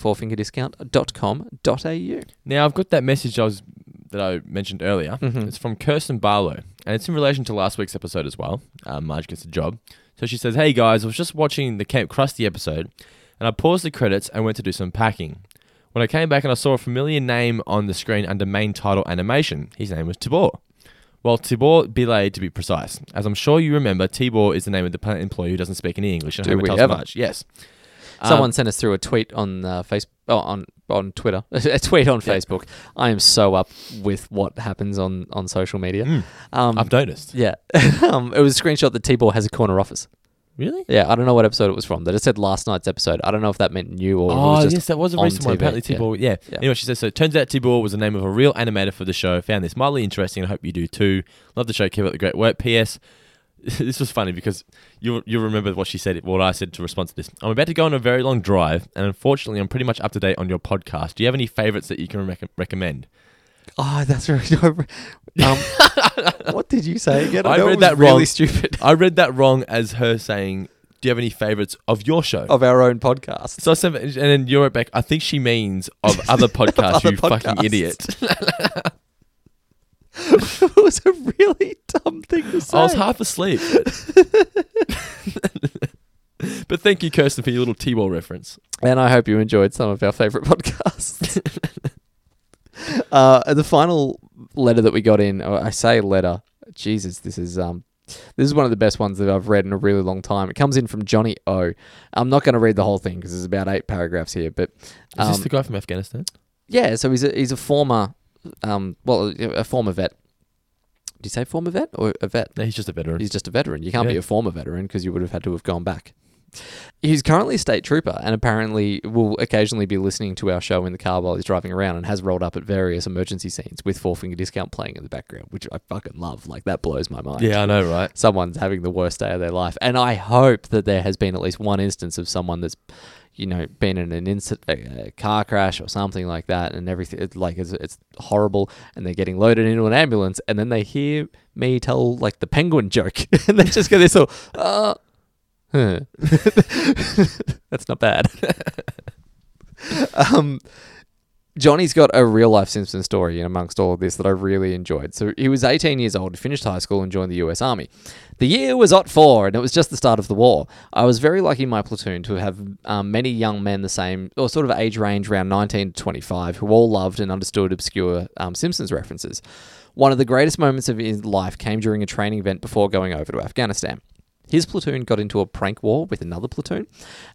fourfingerdiscount.com.au.
Now I've got that message I was that I mentioned earlier.
Mm-hmm.
It's from Kirsten Barlow, and it's in relation to last week's episode as well. Um, Marge gets a job, so she says, "Hey guys, I was just watching the Camp Krusty episode, and I paused the credits and went to do some packing. When I came back and I saw a familiar name on the screen under main title animation, his name was Tibor." Well, Tibor Billet, to be precise. As I'm sure you remember, Tibor is the name of the plant employee who doesn't speak any English. and
Do
whom it
we
tells
ever?
Marge. Yes.
Someone
Um,
sent us through a tweet on uh, Facebook, oh, on on Twitter, [LAUGHS] a tweet on Facebook. I am so up with what happens on on social media. Um,
I've noticed.
[LAUGHS] Yeah, um, it was a screenshot that T-Ball has a corner office.
Really?
Yeah, I don't know what episode it was from. That it said last night's episode. I don't know if that meant new or. if it
Oh,
was just
yes, that was a
on
recent one.
TV.
Apparently, Tibor. Yeah. Anyway, she says so. It turns out Tibor was the name of a real animator for the show. Found this mildly interesting. and I hope you do too. Love the show. Keep up the great work. P.S. [LAUGHS] this was funny because you you remember what she said, what I said to respond to this. I'm about to go on a very long drive, and unfortunately, I'm pretty much up to date on your podcast. Do you have any favorites that you can rec- recommend?
Oh, that's right. [LAUGHS]
[LAUGHS]
Um, what did you say again? I,
I
know it
read
was
that
really
wrong.
stupid. [LAUGHS]
I read that wrong as her saying, "Do you have any favorites of your show?"
Of our own podcast. [LAUGHS]
So I sent, and then you wrote back. I think she means of other podcasts.
other
you
podcasts."
fucking idiot.
it was a really dumb thing to say.
I was half asleep. [LAUGHS] but thank you, Kirsten, for your little T-ball reference.
And I hope you enjoyed some of our favorite [LAUGHS] podcasts. uh, the final letter that we got in, or I say letter, Jesus, this is um, this is one of the best ones that I've read in a really long time. It comes in from Johnny O. I'm not going to read the whole thing because there's about eight paragraphs here, but
Is this
um,
the guy from Afghanistan?
yeah, so he's a, he's a former, um, well, a a former vet. Did you say former vet or a vet?
No, he's just a veteran.
He's just a veteran. You can't be
Yeah.
a former veteran because you would have had to have gone back. He's currently a state trooper and apparently will occasionally be listening to our show in the car while he's driving around and has rolled up at various emergency scenes with Four Finger Discount playing in the background, which I fucking love. Like, that blows my mind.
Yeah, I know, right?
Someone's having the worst day of their life. And I hope that there has been at least one instance of someone that's, you know, been in an incident, a, a car crash or something like that, and everything, it's like, it's, it's horrible. And they're getting loaded into an ambulance, and then they hear me tell, like, the penguin joke. [LAUGHS] and they just go, this little, uh, huh. [LAUGHS] that's not bad. [LAUGHS] um, Johnny's got a real life Simpson story in amongst all of this that I really enjoyed. So he was 18 years old, finished high school, and joined the US Army. The year was Ot 4, and it was just the start of the war. I was very lucky in my platoon to have um, many young men the same, or sort of age range around 19 to 25, who all loved and understood obscure um, Simpsons references. One of the greatest moments of his life came during a training event before going over to Afghanistan. His platoon got into a prank war with another platoon.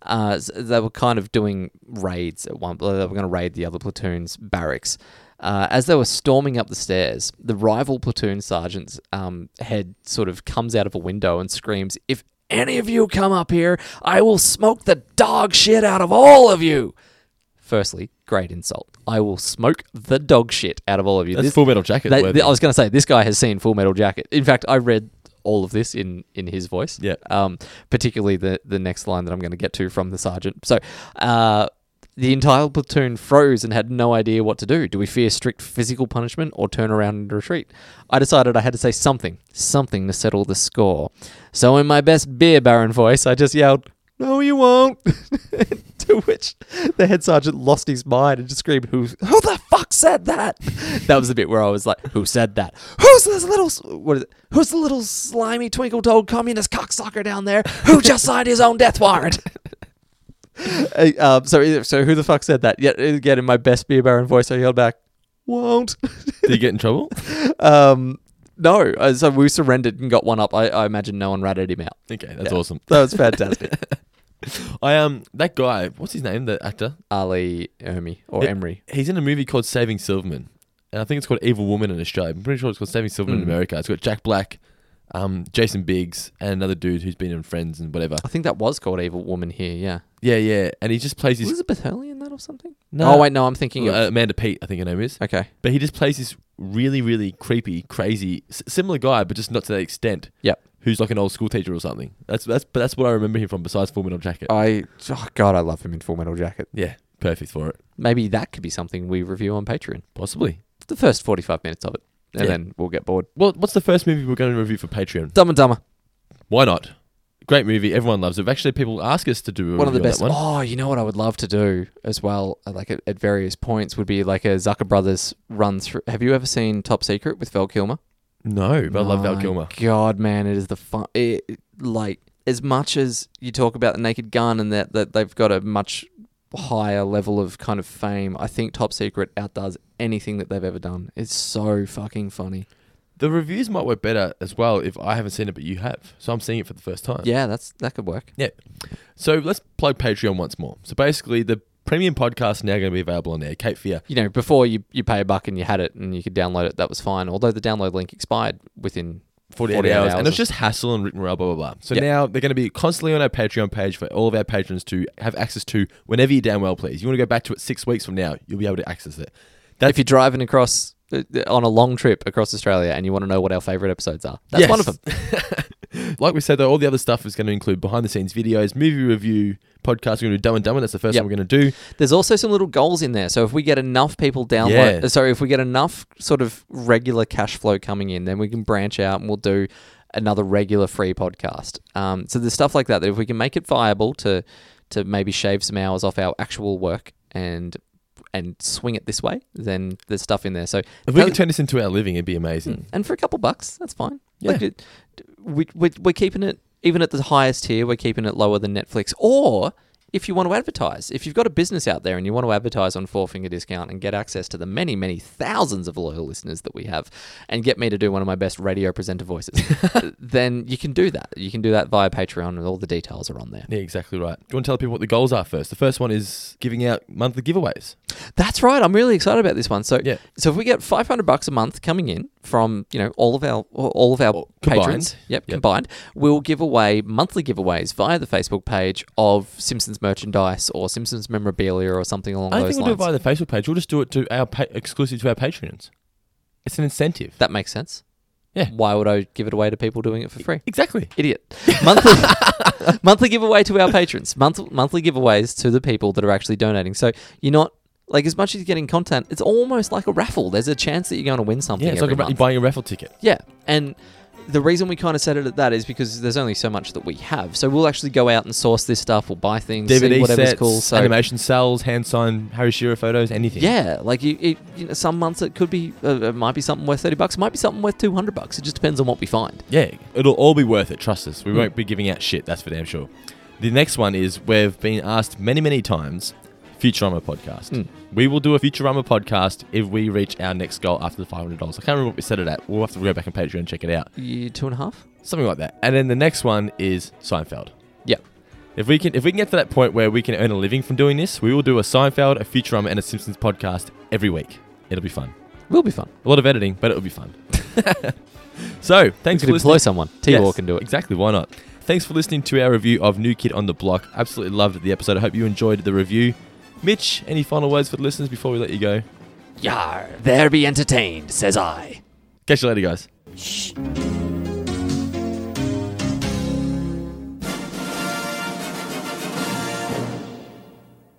Uh, s- they were kind of doing raids at one. They were going to raid the other platoon's barracks. Uh, as they were storming up the stairs, the rival platoon sergeant's um, head sort of comes out of a window and screams, "If any of you come up here, I will smoke the dog shit out of all of you!" Firstly, great insult. I will smoke the dog shit out of all of you.
That's Full Metal Jacket
they-
worthy.
I was going to say this guy has seen Full Metal Jacket. In fact, I read all of this in in his voice. Yeah. Um, particularly the the next line that I'm going to get to from the sergeant. So, uh. The entire platoon froze and had no idea what to do. Do we fear strict physical punishment or turn around and retreat? I decided I had to say something, something to settle the score. So, in my best beer baron voice, I just yelled, No, you won't. [LAUGHS] to which the head sergeant lost his mind and just screamed, "Who? Who the fuck said that?" That was the bit where I was like, "Who said that? Who's this little? s- What is it? Who's the little slimy twinkle toed communist cocksucker down there who just signed his own death warrant?" [LAUGHS] Uh, um, so, so who the fuck said that? Yet eh, again, in my best beer baron voice, I yelled back, "Won't." [LAUGHS]
Did you get in trouble?
um, no. Uh, so we surrendered and got one up. I, I imagine no one ratted him out.
Okay, that's awesome.
That was fantastic.
[LAUGHS] I um that guy, what's his name? The actor
Ali Ermi or
He-
Emery.
He's in a movie called Saving Silverman, and I think it's called Evil Woman in Australia. I'm pretty sure it's called Saving Silverman
Mm.
in America. It's got Jack Black, um, Jason Biggs, and another dude who's been in Friends and whatever.
I think that was called Evil Woman here. Yeah.
Yeah, yeah, and he just plays his
Elizabeth Hurley in that or something? No. Oh wait, no. I'm thinking
uh,
of
Amanda Pete. I think her name is.
Okay.
but he just plays this really, really creepy, crazy, s- similar guy, but just not to that extent.
Yep.
Who's like an old school teacher or something. That's that's but that's what I remember him from. Besides Full Metal Jacket.
I. Oh God, I love him in Full Metal Jacket.
yeah, perfect for it.
Maybe that could be something we review on Patreon.
Possibly.
The first 45 minutes of it, and
Yeah.
then we'll get bored.
Well, what's the first movie we're going to review for Patreon?
Dumb and Dumber.
Why not? Great movie. Everyone loves it. Actually, people ask us to do a
one of the
review on
best.
that one.
Oh, you know what I would love to do as well, uh, like at, at various points, would be like a Zucker Brothers run through. Have you ever seen Top Secret with Val Kilmer?
No, but I love Val
My
Kilmer.
God, man, it is the fun. It, it- like as much as you talk about the Naked Gun and that that they've got a much higher level of kind of fame, I think Top Secret outdoes anything that they've ever done. It's so fucking funny.
The reviews might work better as well if I haven't seen it, but you have. So I'm seeing it for the first time.
Yeah, that's that could work.
Yeah. So let's plug Patreon once more. So basically, the premium podcast is now going to be available on there. Kate Fear.
You know, before you, you pay a buck and you had it and you could download it, that was fine. Although the download link expired within
48, hours, and it's just hassle and written morale, blah, blah, blah. So
Yeah.
now they're going to be constantly on our Patreon page for all of our patrons to have access to whenever you damn well please. You want to go back to it six weeks from now, you'll be able to access it. That's
if you're driving across uh, on a long trip across Australia and you want to know what our favorite episodes are. That's one of them.
them. like we said, though, all the other stuff is going to include behind the scenes videos, movie review, podcasts. We're going to do Dumb and Dumber. That's the first
Yep.
one we're going to do.
There's also some little goals in there. So if we get enough people download,
Yeah.
uh, sorry, if we get enough sort of regular cash flow coming in, then we can branch out and we'll do another regular free podcast. Um, so there's stuff like that that if we can make it viable to to maybe shave some hours off our actual work and and swing it this way, then there's stuff in there. So
If we
tell-
could turn this into our living, it'd be amazing.
and for a couple bucks, that's fine.
Yeah.
Like it, we, we, we're keeping it, even at the highest tier, we're keeping it lower than Netflix. Or if you want to advertise, if you've got a business out there and you want to advertise on Four Finger Discount and get access to the many, many thousands of loyal listeners that we have and get me to do one of my best radio presenter voices, [LAUGHS] then you can do that. You can do that via Patreon and all the details are on there.
Yeah, exactly right. Do you want to tell people what the goals are first? The first one is giving out monthly giveaways.
That's right. I'm really excited about this one. So,
Yeah.
so if we get 500 bucks a month coming in from you know all of our all of our
combined.
patrons, yep,
Yep.
combined, we'll give away monthly giveaways via the Facebook page of Simpsons merchandise or Simpsons memorabilia or something along
I don't
those
think we'll do
lines.
it via the Facebook page. We'll just do it to our pa- exclusive to our patrons. It's an incentive.
that makes sense.
Yeah.
Why would I give it away to people doing it for
[LAUGHS]
free?
Exactly.
Idiot. monthly monthly [LAUGHS] giveaway to our patrons. Month, monthly giveaways to the people that are actually donating. So you're not like as much as you're getting content, it's almost like a raffle. There's a chance that you're going to win something.
Yeah, it's like a,
every
ra-
month.
you're buying a raffle ticket.
Yeah, and the reason we kind of set it at that is because there's only so much that we have. So we'll actually go out and source this stuff. We'll buy things, see
DVD
whatever's
E sets,
cool. So
animation cells, hand signed Harry Shearer photos, anything.
yeah, like you, it, you know, some months it could be, uh, it might be something worth thirty bucks, it might be something worth two hundred bucks. It just depends on what we find.
Yeah, it'll all be worth it. Trust us. We
Mm.
won't be giving out shit. That's for damn sure. The next one is we've been asked many, many times. Futurama podcast.
Mm.
We will do a Futurama podcast if we reach our next goal after the five hundred dollars. I can't remember what we said it at. We'll have to go back on Patreon and check it out.
You two and a half.
Something like that. And then the next one is Seinfeld.
Yeah,
If we can, if we can get to that point where we can earn a living from doing this, we will do a Seinfeld, a Futurama, and a Simpsons podcast every week. It'll be fun.
will be fun.
A lot of editing, but it'll be fun. [LAUGHS] so, thanks
could
for
employ
listening.
someone. T-Law can do it.
Exactly. Why not? Thanks for listening to our review of New Kid on the Block. Absolutely loved the episode. I hope you enjoyed the review. Mitch, any final words for the listeners before we let you go?
Yar, there be entertained, says I.
Catch you later, guys.
Shh.